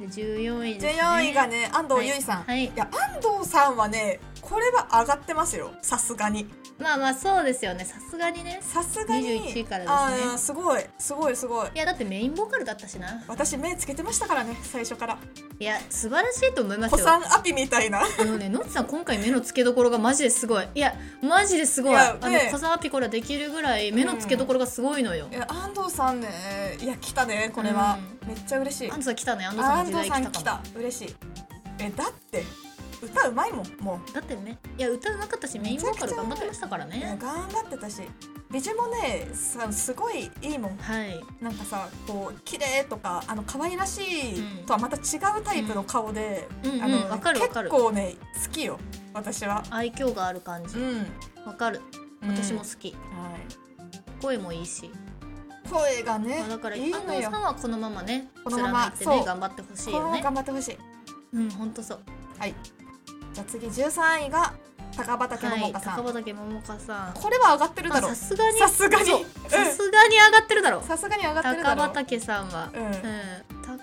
で14位でうす、ね、 14位がね安藤結衣さん、はい、はいいや安藤さんはねこれは上がってますよさすがにまあまあそうですよねさすがにねさすがに21位からですねあーすごいすごいすごいいやだってメインボーカルだったしな私目つけてましたからね最初からいや素晴らしいと思います子よさんアピみたいなあのねのっちさん今回目の付けどころがマジですごいいやマジですごいいやあのね小沢ピコラできるぐらい目の付けどころがすごいのよ、いや安藤さんねいや来たねこれは、めっちゃ嬉しい安藤さん来たね安藤さ安んの時藤代来さんたか来もた嬉しいえだって歌うまいもんもだってねいや歌うまかったしメインボーカル頑張ってましたからう、ね頑張ってたし美女もねさすごいいいもんはいなんかさこう綺麗とかあの可愛らしいとはまた違うタイプの顔で、うんうんあうんのわかるわかる結構ね好きよ私は愛嬌がある感じんわかる私も好はき、声もいいし、い、声がねまあ、だからいい安の藤よさんはこのままねこのまま貫いてねそう頑張ってほしいこのよままね頑張ってほしいうんほんとそうじゃあ次13位が高畑は桃い香さん、高畑桃香さんこれは上がってるだあろうさすがにさすがにそううんさすがに上がってるだろうさすがに上がってるだ高ろう畑さんはうんうん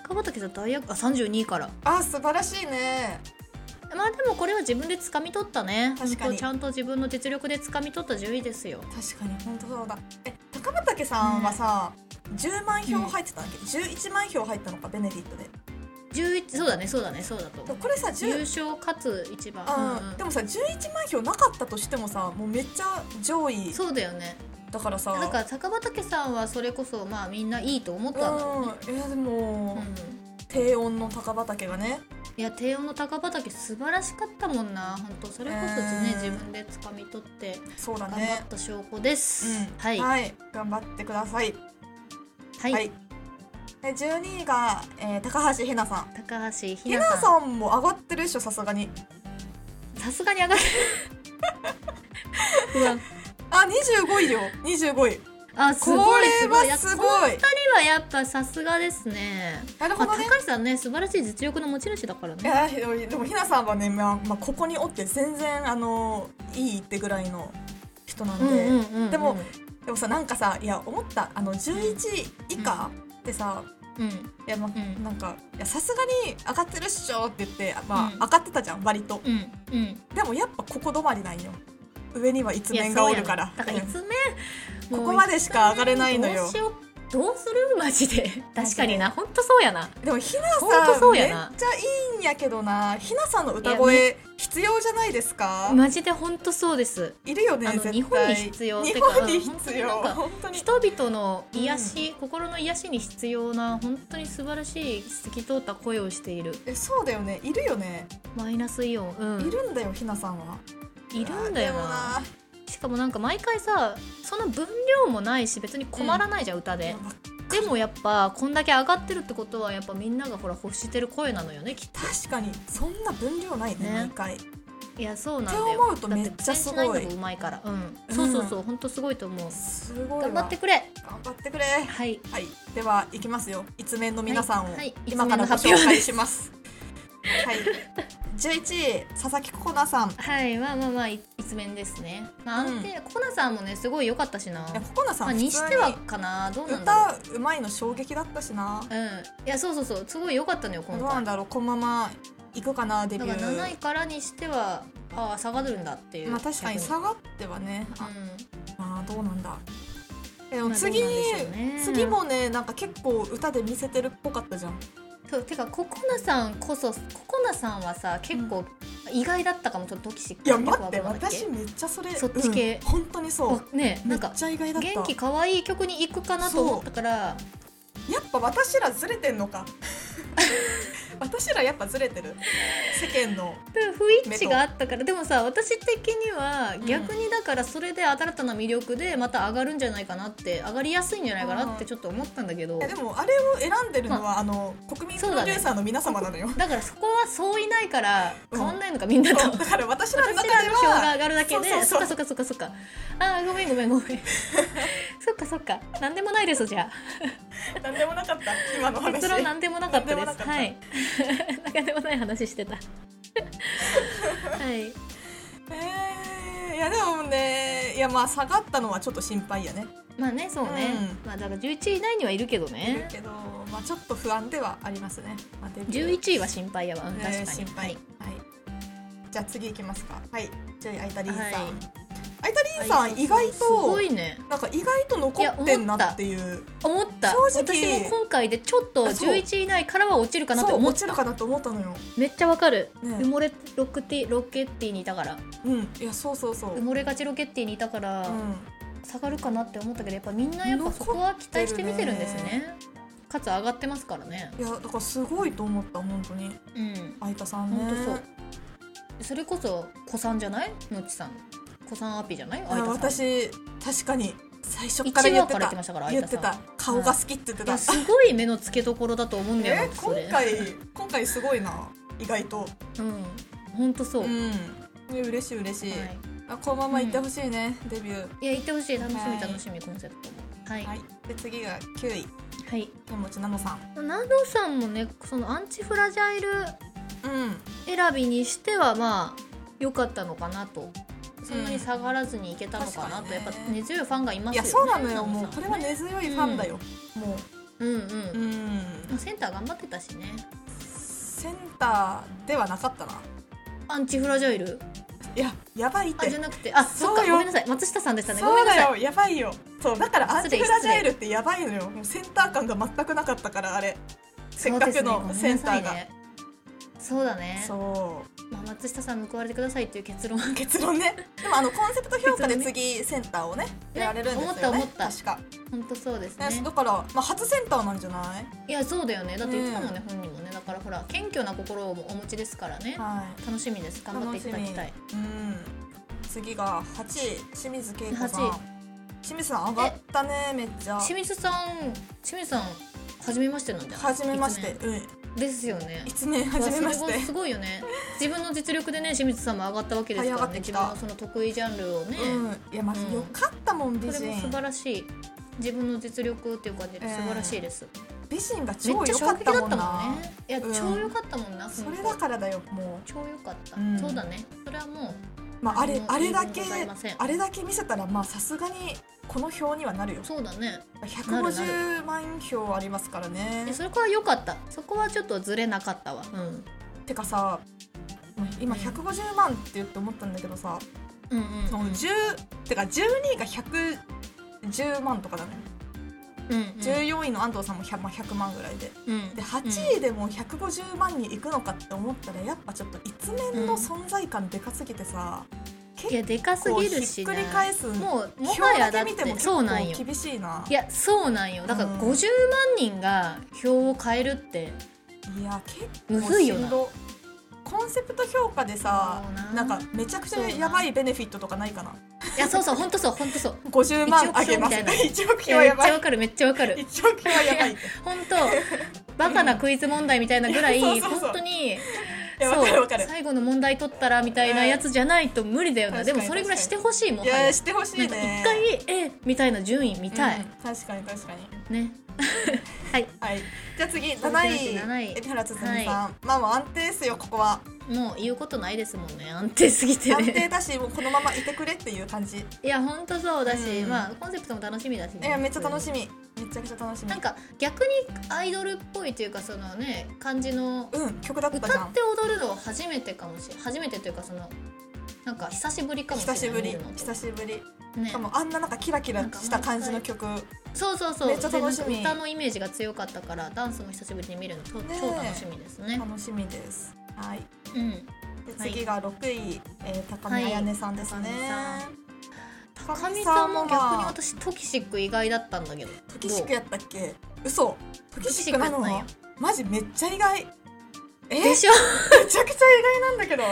高畑さん大学あ32位からあ素晴らしいねまあでもこれは自分で掴み取ったね確かに本当ちゃんと自分の実力で掴み取った10位ですよ確かに本当そうだえ高畑さんはさ、10万票入ってたんだっけ、11万票入ったのかベネディットで11そうだねそうだねそうだとで思もうこれさ優10勝かつ一番あうんうんーでもさ11万票なかったとしてもさもうめっちゃ上位そうだよねだからさだから高畑さんはそれこそまあみんないいと思ったんだろうんいやでううも、ん低音の高畑がねいや低音の高畑素晴らしかったもんな本当それこそね、うん自分で掴み取ってそうだ頑張っねた証拠です、うんはいははい、頑張ってくださいい、はい、で12位が、えー高橋ひなさん高橋ひひななさんさんも上がってるでしょさすがにさすがに上がるうわあ25位よ25位あすこごいれすごいはすやっごいぱこの二人はやっぱさすがですねなるまほあ、どね高橋さんね素晴らしい実力の持ち主だからいねやでもでもひなさんはね、まあまあ、ここにおって全然あのいいってぐらいの人なんで、うんうでもでもさなんかさいや思ったあの11以下ってさ、うんいやまうんなんかいやさすがに上がってるっしょって言って、まあうん上がってたじゃん割と、うんうんでもやっぱここ止まりなんよ上には一面がいおやるからそうやねだからいうんつ目、こもうこまでしか上がれないのよどうしようどうするマジ で確かにな本当そうやなでもひなほんとさんそうめっやちなゃいいんやけどなひなさんの歌声必要じゃないですか、マジで本当そうですいるよねあの絶対日本に必要日本てにか必本当に要なんか本当に人々の癒し、心の癒しに必要な本当に素晴らしい透き通った声をしているえそうだよねいるよね、マイナスイオン、うん、いるんだよひなさんはいるんだよでもなしかもなんか毎回さその分量もないし別に困らないじゃん、歌いでやまでもやっぱこんだけ上がってるってことはやっぱみんながほら欲してる声なのよねきっ確かにそんな分量ないねね毎回といやそうなんだよって思うとめっちゃすごいだって苦戦しないのがうまいからうんそうそうそう、ほんとすごいと思うすごいわ頑張ってくれ頑張ってくれはいはいではいきますよ一面の皆さんを、はいはい今からご紹介しますはい11位佐々木ココナさんいはいまあまあまあい一面ですねまあうん安定、コナさんもねすごい良かったしなやココナさんまあ、普に通してにはかなどうなんだろ歌うまいの衝撃だったしなううんいやそうそうそうすごい良かったのよど今う回なんだろうこのまま行くかなデビだュからー7位からにしてはああ下がるんだっていうまあ確かに逆下がってはね、あうまあどうなんだえでもん、次、まあどうなんでしょうね次もねなんか結構歌で見せてるっぽかったじゃんそうてかココナさんこそココナさんはさ結構意外だったかもちょっとドキシックいや待ってよくわかんなかた私めっちゃそれそっち系うん本当にそっけおねなうめんっかちゃ意外だった元気可愛い曲に行くかなと思ったから やっぱ私らずれてんのか私らやっぱずれてる世間のだから不一致があったからでもさ私的には逆にだからそれで新たな魅力でまた上がるんじゃないかなって上がりやすいんじゃないかなってちょっと思ったんだけどいやでもあれを選んでるのは、あ、の国民プロデューサーの皆様なのよだからそこはそういないからうん変わんないのかみんなと。そう だから私らの中私でらの票がは上がるだけでそうそうそうそっかそっかそっかそっかあーごめんごめんごめん そっかそっかなんでもないですじゃ何でもなかった今のあ話結論なんでもなかったですなんでもなかったはい なんでもない話して たはいえーいやでもねいやまあ下がったのはちょっと心配やねまあねそうね、うまあだから11位以内にはいるけどいるねけどまあちょっと不安ではありますね、まあ、デビュー11位は心配やわ、うん、ね確かに、心配はい、じゃあ次行きますかはいじゃあアイタリーンさん、はいアイタリーンさはんい意外すごといねなんか意外と残ってんなっていう思った正直私も今回でちょっとあそう11位以内からは落ちるかなってそう思っ落ちるたかなと思ったのよめっちゃわかる、ね埋もれロケティロケッティにいたからうんいやそうそうそう埋もれがちロケッティにいたから、うん下がるかなって思ったけどやっぱみんなやっぱそこは期待して見てるんですねかつ上がってますからねいやだからすごいと思った本当にうん相田さんね本当そうそれこそ子さんじゃないのっちさん子さんアピじゃないあ相田さん私確かに最初から一言話ってから言ってたましたから言相っ田てさんた顔が好きって言っていたやすごい目の付けどころだと思うんだよえなそれ今回今回すごいな意外とうん本当そう、うはいんね嬉しい嬉しい、あこのまま行ってほしいね、デビューいや行ってほしい楽しはみい楽しみコンセプトもはいははいで次が9位い手持ちなのさんナノさんもねそのアンチフラジャイルうん選びにしてはまあ良かったのかなとそんなに下がらずにいけたのかなうんと、確かやっにぱね根強いファンがいますよねいやそうなのナノよさんもうこれは根強いファンだよ、もうんうん、うまうんあセンター頑張ってたしねセンターではなかったなアンチフラジャイルいややばいっあてじゃなくてあそっそうかよごめんなさい松下さんでしたねごそめうんなださいよやばいよそうだからアン失チ礼フラジャイルってやばいのよもうセンター感が全くなかったからあれせっかくのそうですねセンタごめーがんなさいねそうだねそう,、まあ、松下さん報われてくださいっていう結論結論ねでもあのコンセプト評価で結論次センターをねやられるんですよね思った思確か、 本当そうですねねだから、まあ、初センターなんじゃないいやそうだよねだって言ってたもんね、本人もねだからほら謙虚な心をお持ちですからねはい楽しみです頑張っていただきたいうん次が8位清水恵子さん八位清水さん上がったねめっちゃ清水さん清水さん初めましてなんじゃない初めまして一うん面ですよね1年 初めましうわそれもてすごいよね自分の実力でね清水さんも上がったわけですかはらい上がねってき自た分のその得意ジャンルをね、うんいやまずうんよかったもん美それも人素晴らしい自分の実力っていう感じで素晴らしいです、美人がめっ超ちゃ良衝かっ撃ただもっんたなもんねいや、うん超良かったもんなそれだからだよも超良かった、うんそうだねそれはもうう、まあ、あれもうあれだけ言い分ございませんあれだけ見せたらまあさすがにこの表にはなるよそうだね150万票ありますからねでそこは良かったそこはちょっとずれなかったわうんてかさもう今150万って言って思ったんだけどさ、うんその10てか12位が110万とかだね、うん14位の安藤さんも 100,、まあ100万ぐらいでうんで8位でもう150万に行くのかって思ったらやっぱちょっと一面の存在感でかすぎてさ、うんいやでかすこうぎるひしっくりね返すもうも表はやだだっけ見てもて結そう構なんよ厳しいないやそうなんよだからうん50万人が票を変えるっていや結む構ずいしよんなどコンセプト評価でさそうななんかめちゃくちゃやばいベネフィットとかないかない やそうそうほんとそうほんとそう50万あげます一億票みた い一億い票やはめやっちばゃいわかるめっちゃわか る一億票はやばいって本当バカなクイズ問題みたいなぐらい うんいやそうそうそう本当にいやわかるわか そうる最後の問題取ったらみたいなやつじゃないと無理だよな、うんでもそれぐらいしてほしいもいんはややしてほしいなねんか一回えみたいな順位見たいうん、確かに確かにねはいはいじゃあ次7続きまして位七位海老原つつみさん、はいまあもう安定ですよこ こはもう言うことないですもんね安定すぎて安定ねだしもうこのままいてくれっていう感じいいやほんとそうだし、うんまあコンセプトも楽しみだし、ね、やめっちゃ楽しみめちゃくちゃ楽しみなんか逆にアイドルっぽいというかそのね感じのうん曲だったじゃ歌っんて踊るのは初めてかもしれない初めてというかそのなんか久しぶりかもしれな久いしぶり見るの久しぶりねしかもあんななんかキラキラした感じの曲ねそうそうそうめっちゃ楽しみでなんか歌のイメージが強かったからダンスも久しぶりに見るの超,、ねえ超楽しみですね楽しみですはいうんではい次が6位、えー高見彩音さんですね、高見さんも逆にまあ私トキシック意外だったんだけどトキシックやったっけ嘘トキシックなのトキシックやったんやマジめっちゃ意外えでめちしょ ゃくちゃ意外なんだけど、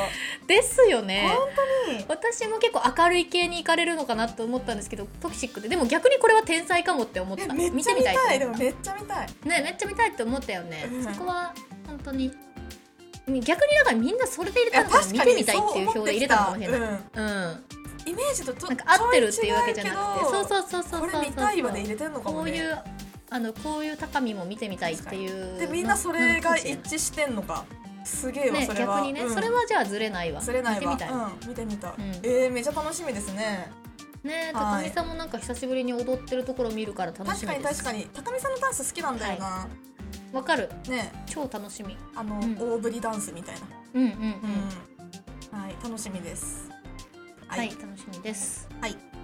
ですよね本当に私も結構明るい系に行かれるのかなと思ったんですけどトキシックででも逆にこれは天才かもって思っえためっちゃ見たいでもめっちゃ見たいねめっちゃ見たいって思ったよね、うんそこは本当に逆にだからみんなそれで入れいたやのかな確見かてにみたいそっうていう思表っでて入きれたのかた、もしれなうん、イい、うんメージととなんか合ってるっていうわけじゃなくてちょそうい違うそうそうけどそうそうこれ見たいまで入れてんのかこもうねいうあのこういう高みも見てみたいっていうでみんなそれが一致してんのかすげえわねそれは逆にね、うんそれはじゃあずれないわずれないわ見てみたい、うん、見てみたい、んえー、めちゃ楽しみですねねえは高い見さんもなんか久しぶりに踊ってるところを見るから楽し確みでかにす確かに高見さんのダンス好きなんだよな、わかるね超楽しみあの、うん大振りダンスみたいなうんうんうん、うん、はい楽しみですはい、楽しみです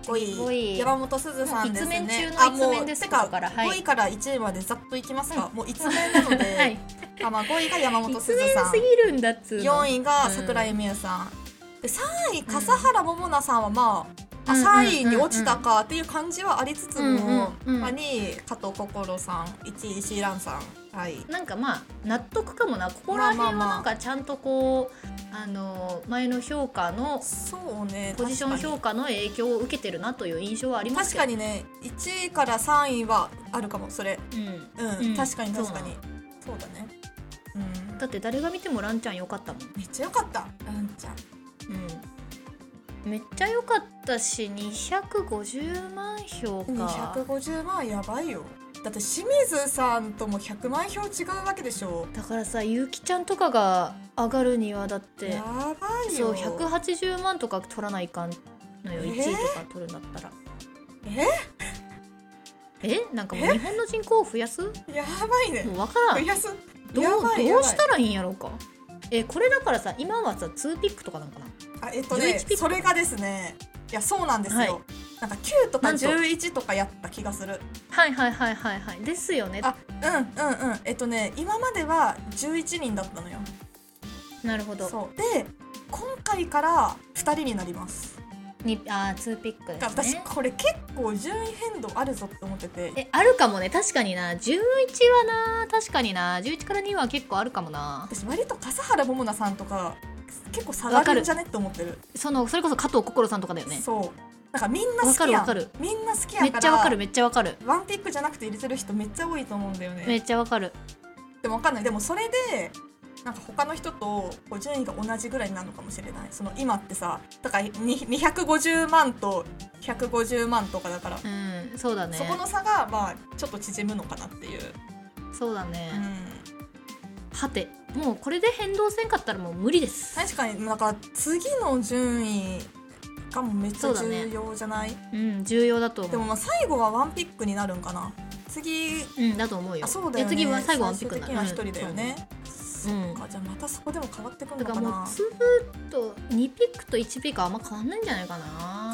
5位五位山本すずさんですねもう一面中の一面ですあもうここからてか、はい5位から1位までざっといきますか、うもう一面なの で、はいあまあ、5位が山本一すずさ面んすぎるんだっつうの4位が桜井美優さんで3位笠原桃奈さんはまあ、あうん3位に落ちたかっていう感じはありつつも、うんうんうんまあ、2位加藤心さん1位石井蘭さんはいなんかまあ納得かもなここら辺はまあまあまあなんかちゃんとこうあの前の評価のそうねポジション確かに評価の影響を受けてるなという印象はあります確けどかにね1位から3位はあるかもそれうんうん、うん確かに確かにそそうだねうんだって誰が見てもランちゃん良かったもん、めっちゃ良かったランちゃんうん、めっちゃ良かったし250万票か250万やばいよだって清水さんとも100万票違うわけでしょだからさゆうきちゃんとかが上がるにはだってやばいそよう180万とか取らないかんのよえ1ー位とか取るんだったらえなんかもうえ日本の人口を増やすもえやばいね、う分からん増やすどうやばいやばいどうしたらいいんやろうかえこれだからさ今はさ2ピックとかなんかなあえっとね11ピックそれがですねいやそうなんですよ、はいなんか9とかなんと11とかやった気がするはいはいはいはいはいですよねあうんうんうんえっとね今までは11人だったのよなるほどそうで今回から2人になりますにあー2ピックだからです私ねこれ結構順位変動あるぞって思っててえあるかもね確かにな11はな確かにな11から2は結構あるかもな私割と笠原桃奈さんとか結構下がるんじゃねって思ってるそのそれこそ加藤心さんとかだよねそうなんかみんな好わかきるやわんかるみんな好きやからめっちゃわかるめっちゃわかるワンピックじゃなくて入れてる人めっちゃ多いと思うんだよねめっちゃわかるでもわかんないでもそれでなんか他の人とこう順位が同じぐらいになるのかもしれないその今ってさだからに250万と150万とかだから、うんそうだねそこの差がまあちょっと縮むのかなっていう、そうだうね、ん、はてもうこれで変動せんかったらもう無理です確かになんか次の順位がもうめっちそゃうだね重要じゃない、うん重要だとで思もうまあ最後はワンピックになるんかな次うんだと思うよあそうだよねいや次は最後ワンピック最終的には一人だよね、うんそうそっかじゃあまたそこでも変わってくるだのかからなもう2と2ピックと1ピックはあんま変わんないんじゃないかな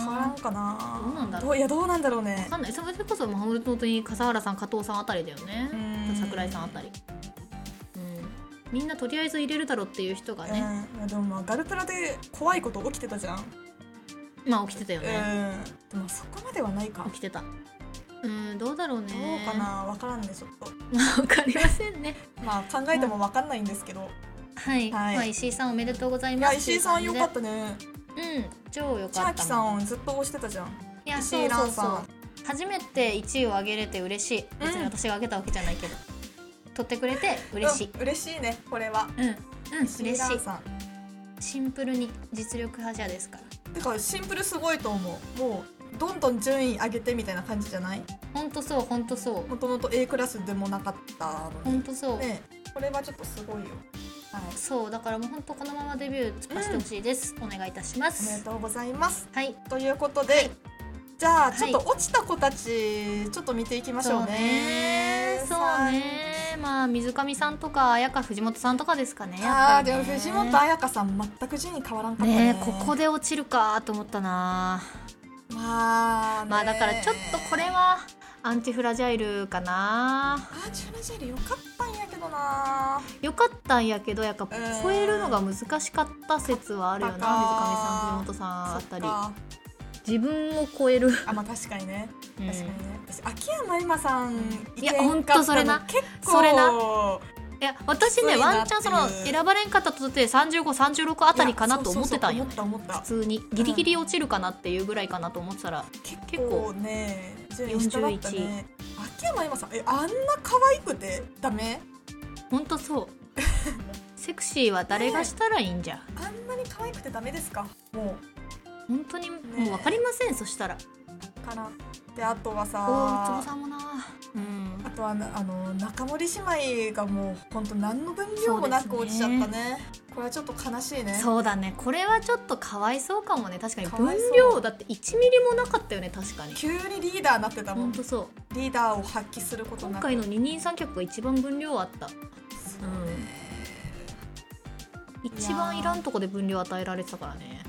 変わらんかなどうなんだろういやどうなんだろうねわかんないそれこそもう本当に笠原さん加藤さんあたりだよねうん桜井さんあたりうんみんなとりあえず入れるだろうっていう人がね、うんいやでもまあガルプラで怖いこと起きてたじゃん、まあ起きてたようんね、でもそこまではないか起きてたうんどうだろうねどうかなわからんねちょっ とわかりませんねまあ考えてもわかんないんですけど、はい、はいまあ、石井さんおめでとうございいまやす石井さんよかったたねうん超よ千かった秋さんをずっと推してたじゃんいや石そう井そ蘭うさそんう初めて1位を上げれて嬉しい別にうん私が上げたわけじゃないけど、取ってくれて嬉しいうん嬉しいねこれはうんうん嬉石井し蘭いさんシンプルに実力派者ですからてかシンプルすごいと思うもうどんどん順位上げてみたいな感じじゃないほんとそうほんとそうもともと A クラスでもなかったほのんにとそう、ねこれはちょっとすごいよはいそうだからもうほんとこのままデビュー突っ走ってほしいです、お願いいたしまおめですとうございますはいということで、じゃあいちょっと落ちた子たちちょっと見ていきましょうね。そうねまあ水上さんとか綾香藤本さんとかですかねさあ。あやあっぱでりもね藤本彩香さん全く順位変わらんかったね。ねえここで落ちるかと思ったなまあねまあだからちょっとこれはアンティフラジャイルかなあーチュラジェルよかったんやけどな。よかったんやけどやっぱうん超えるのが難しかった説はあるよなそ水上さん藤本っかさんあたりそっか自分を超える、あまあ確かにねうん確かにね。私秋山今さんいや意見ほんとそれな結構それないや私ねきついなっていうワンチャンその選ばれんかったとて3536あたりかなと思ってたんよねいやそうそうそう思った思っ普通にギリギリ落ちるかなっていうぐらいかなと思ってたら、た結構ね順位下だったね秋山今さんえあんな可愛くてダメほんとそうセクシーは誰がしたらいいんじゃあんなに可愛くてダメですかもう本当にもう分かりませんそしたらからであとはおおつぼささんもなうんあとはなあの中森姉妹がもう本当何の分量もなくそう落でちすちゃっねたねこれはちょっと悲しいねそうだねこれはちょっとかわいそうかもね確かにかわ分いそう量だって1ミリもなかったよね確かに急にリーダーになってたもほんんとそうリーダーを発揮すること今なく回の二人三脚が一番分量あったそううん一番いらんとこで分量与えられてたからね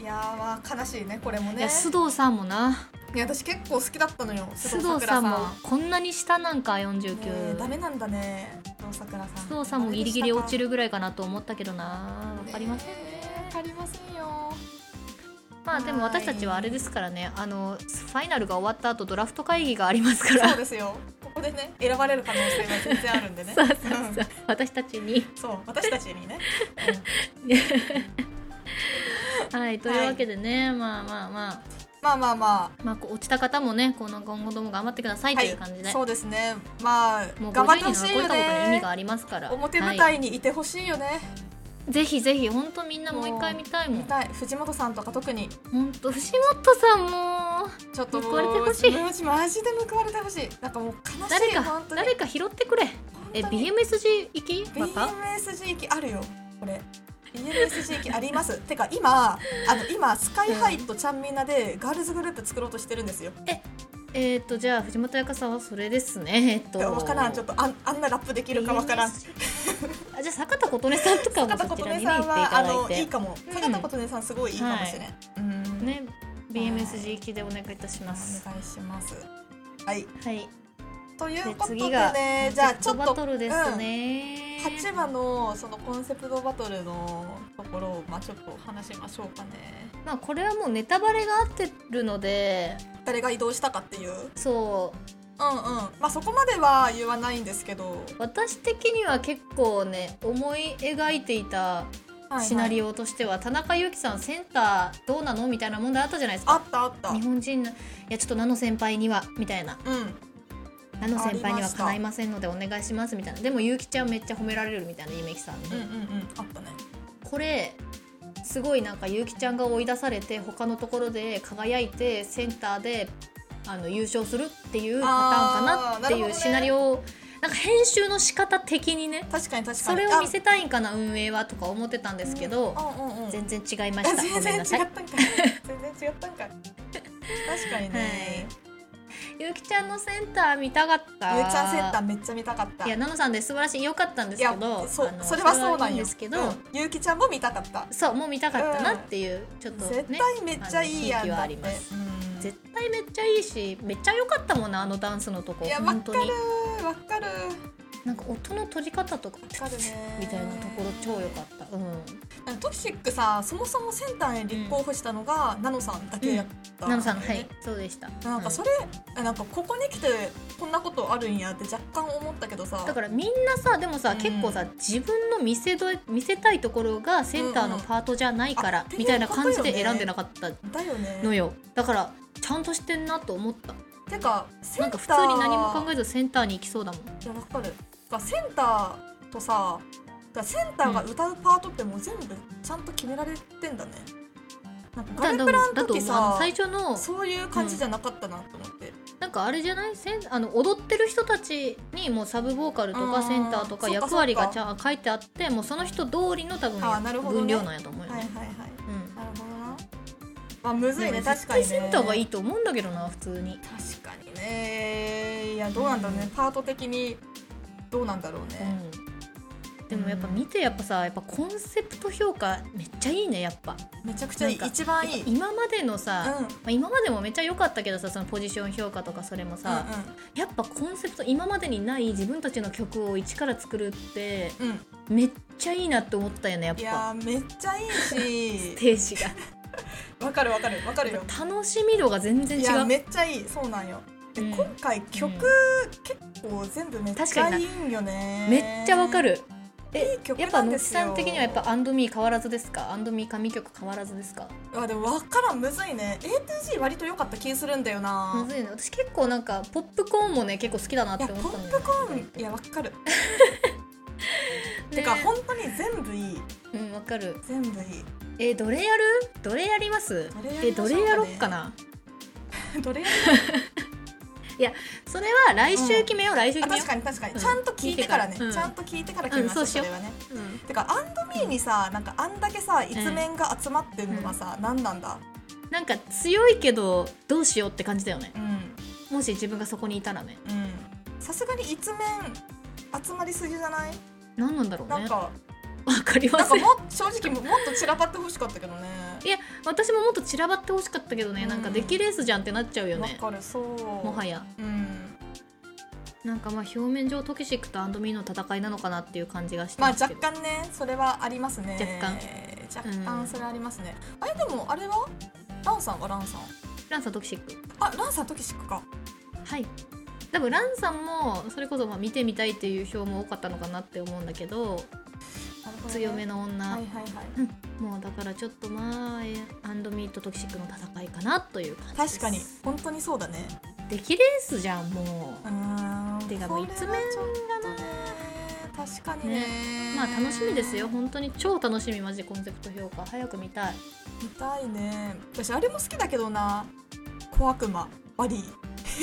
いやーまあ悲しいねこれもいねや須藤さんもないや私結構好きだったのよ須藤さんも須こんなに下なんか藤さんねえダ49メなんだね須藤さくらさん須藤さんもギリギリ落ちるるぐらいかなと思ったけどなわかりませんわかりませんよまあでも私たちはあれですからねあのファイナルが終わった後ドラフト会議がありますかそうらですよここでね選ばれる可能性は全然あるんでね そうそうそう私たちにうんそう私たちにね、うんはいというわけでね、まあまあまあまあまあままあこう落ちた方もねこの今後とも頑張ってくださあいという感じで、そうですねまあもう頑張って50ほ人しい残ったよことに意味ねがありますから表舞はい台にいてほしいよね、ぜひぜひ本当みんなもう一回見たいも見んたい藤本さんとか特に本当藤本さんもちょっともう報われてほしいマジマジで報われてほしいなんかもう悲しい誰か本当に誰か拾ってくれえ本当に BMSG 行きまた BMSG 行きあるよこれ BMSG 行きありますてか今あの今スカイハイとちゃんみんなでガールズグループ作ろうとしてるんですよえっ、とじゃあ藤本彩香さんはそれですねえっとわからんちょっとあんあんなラップできるかわからん BMSG あじゃあ坂田琴音さんとかも坂田そち琴ら音にねさ行んっていはあただいのていいかもうん坂田琴音さんすごいいいかもしれない、うんね BMSG 行きでお願いいたしますお願いしますはいはいということで次がねじゃあちょっバとトルですね、 8話のそのコンセプトバトルのところをまあちょっと話しましょうかねまあこれはもうネタバレがあってるので誰が移動したかっていううんうんそうまあそこまでは言わないんですけど、私的には結構ね思い描いていたシナリオオとしては、田中裕樹さんセンターどうなのみたいな問題あったじゃないですあかったあったう日ん本人のいやちょっとナノ先輩にはみたいなナノ先輩にはかないませんのでお願いしますみたいなでもゆうきちゃんめっちゃ褒められるみたいな夢きさんに、うんうんうんあったねこれすごいなんかゆうきちゃんが追い出されて他のところで輝いてセンターであの優勝するっていうパターンかなっていあーなるほどうねシナリオをなんか編集の仕方的にね確かに確かにそれを見せたいんかな運営はとか思ってたんですけど、あうんうんうん全然違いまあしたご全め然ん違なっさたいんかい全然違ったんかい確かにね、ゆうきちゃんのセンター見たかったゆうちゃんセンターめっちゃ見たかったいやなのさんで素晴らしい良かったんですけどそあうのそれはそそれうなはいんいんよですけど、うんゆうきちゃんも見たかったそうもう見たかったなっていう、ちょっと絶ね対めっちゃいいやあんのだ雰囲気はありっまてすうん絶対めっちゃいいしめっちゃ良かったもんなあのダンスのとこいやわ本か当るにわかるなんか音の取り方とかわかるねみたいなところ超良かったうんあのトキシックさそもそもセンターに立候補したのが、ナノさんだけやった、ナノさんはいそうでしたなんかそれ、れ、あなんかここに来てこんなことあるんやって若干思ったけどさだからみんなさでもさ、うん結構さ自分の見せど見せたいところがセンターのパートじゃないから、うんうんあみたいな感じっていうでことよね選んでなかっただよねのよだからちゃんとしてんなと思ったてかセなンんタかー普通に何も考ええずセンターに行きそうだもんいやわかるだからセンターとさだからセンターが歌うパートってもう全部ちゃんと決められてんだねなんかガルプラのだと時思うあのさ最初のそういう感じじゃなかったなと思って、なんかあれじゃないセンあの踊ってる人たちにもうサブボーカルとあかーセンターとかそっか役割がちゃん書いてあってもうその人通りの多分あーなるほどね分量なんやと思うよ、はいねはいはいうんなるほどな。まあ、むずいね、でも確かに、ね。絶対センターがいいと思うんだけどな普通に確かにね。いや、どうなんだろうね、パート的に。どうなんだろうね。うん、でもやっぱ見てやっぱさやっぱコンセプト評価めっちゃいいねやっぱめちゃくちゃいい、なんか一番いい。うん。今までのさ、うんうまん。あ今までもめっちゃ良かったけどさそのポジション評価とかそれもさ、やっぱコンセプト今までにない自分たちの曲を一から作るってうん。めっちゃいいなって思ったよねやっいぱやー、めっちゃいいス し。テージがわかるわかるわかるよ。楽しみ度が全然違いや、うめっちゃいい、そうなんよ。うでうん今回曲、結構全部めっ確ちかゃにいいんよねめっちゃわかるいい曲やっぱなんのでちすよさん的にはやっぱ「アンドミー変わらずですか「アンドミー神曲変わらずですかあでも分からんむずいね A2G 割と良かった気するんだよなむずいね私結構なんかポップコーンもね結構好きだなっいやてポ思ったんッだプよコーンいや分かる、ねてか本当に全部いいうんわかる全部いいえどれやるどれやりますどれやえりまどしょうかねれやろっかな どれそれは来週決めよう、来週あ決めよ確かに確かに、うんちゃんと聞いてからね聞いてからうんちゃんと聞いてから決めましょう,、うんそうしようれはねう、うんてかアンドミーにさなんかあんだけさ一面が集まってるのがさ、何なんだなんか強いけどどうしようって感じだよねうんもし自分がそこにいたらねうんさすがに一面集まりすぎじゃない何なんだろうねなんか、わかりまなんかせんも正直ももっと散らばってほしかったけどねいや私ももっと散らばってほしかったけどね、うんなんかできレースじゃんってなっちゃうよわねかるそうももはやうんなんかまあ表面上トキシックとアンドミーの戦いなのかなっていう感じがしてまあます若けど、干ねそれはありますね若干若うん干それありますね、あれでもあれはランさんはランさんランさんトキシックあランさんトキシックかはい多分ランさんもそれこそまあ見てみたいっていう票も多かったのかなって思うんだけどなるほどね強めの女、はいはいはいもうだからちょっとまあえアンドミーとトキシックの戦いかなという感じです確かに本当にそうだね出来レースじゃんもうーんてかこれはもう一面がねちょっとね確かにねうまあ楽しみですよ本当に超楽しみマジコンセプト評価早く見たい見たいね私あれも好きだけどな小悪魔バリ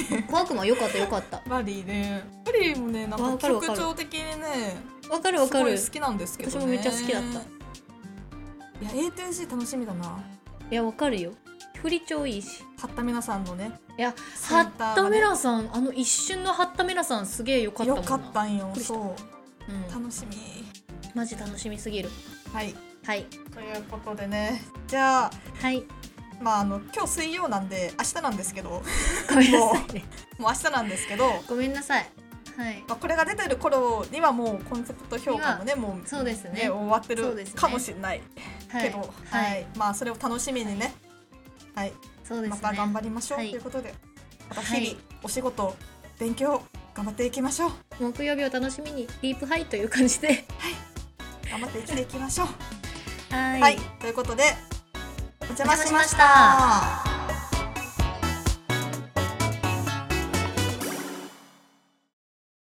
ー怖くも良かった良かったバリーねバリーもねなわんかかるわか曲る調的にねわかるわかるいすごい好きなんですけど私ねもめっちゃ好きだったいや A2G 楽しみだなやわかるよ振り超いいし八田メナさんのねいやセハンタッータがメねラさんあの一瞬のハッタメラさんすげえ良かったよもんなかったんよびっくりしたそううん、楽しみマジ楽しみすぎるはいはいということでねじゃあはいまああの今日水曜なんで明日なんですけど もごめんなさいねう明日なんですけどごめんなさいはいまあ、これが出てる頃にはもうコンセプト評価もねもうそうですねね終わってそうるですねかもしれないはけいど、はいはい、まあそれを楽しみにね、はいそうですまねた頑張りましょう、はいということでまたはい日々お仕事、勉強頑張っていきましょう木曜日を楽しみにディープハイという感じで頑張って生きていきましょうははい、ということでお邪魔しお邪ま魔しました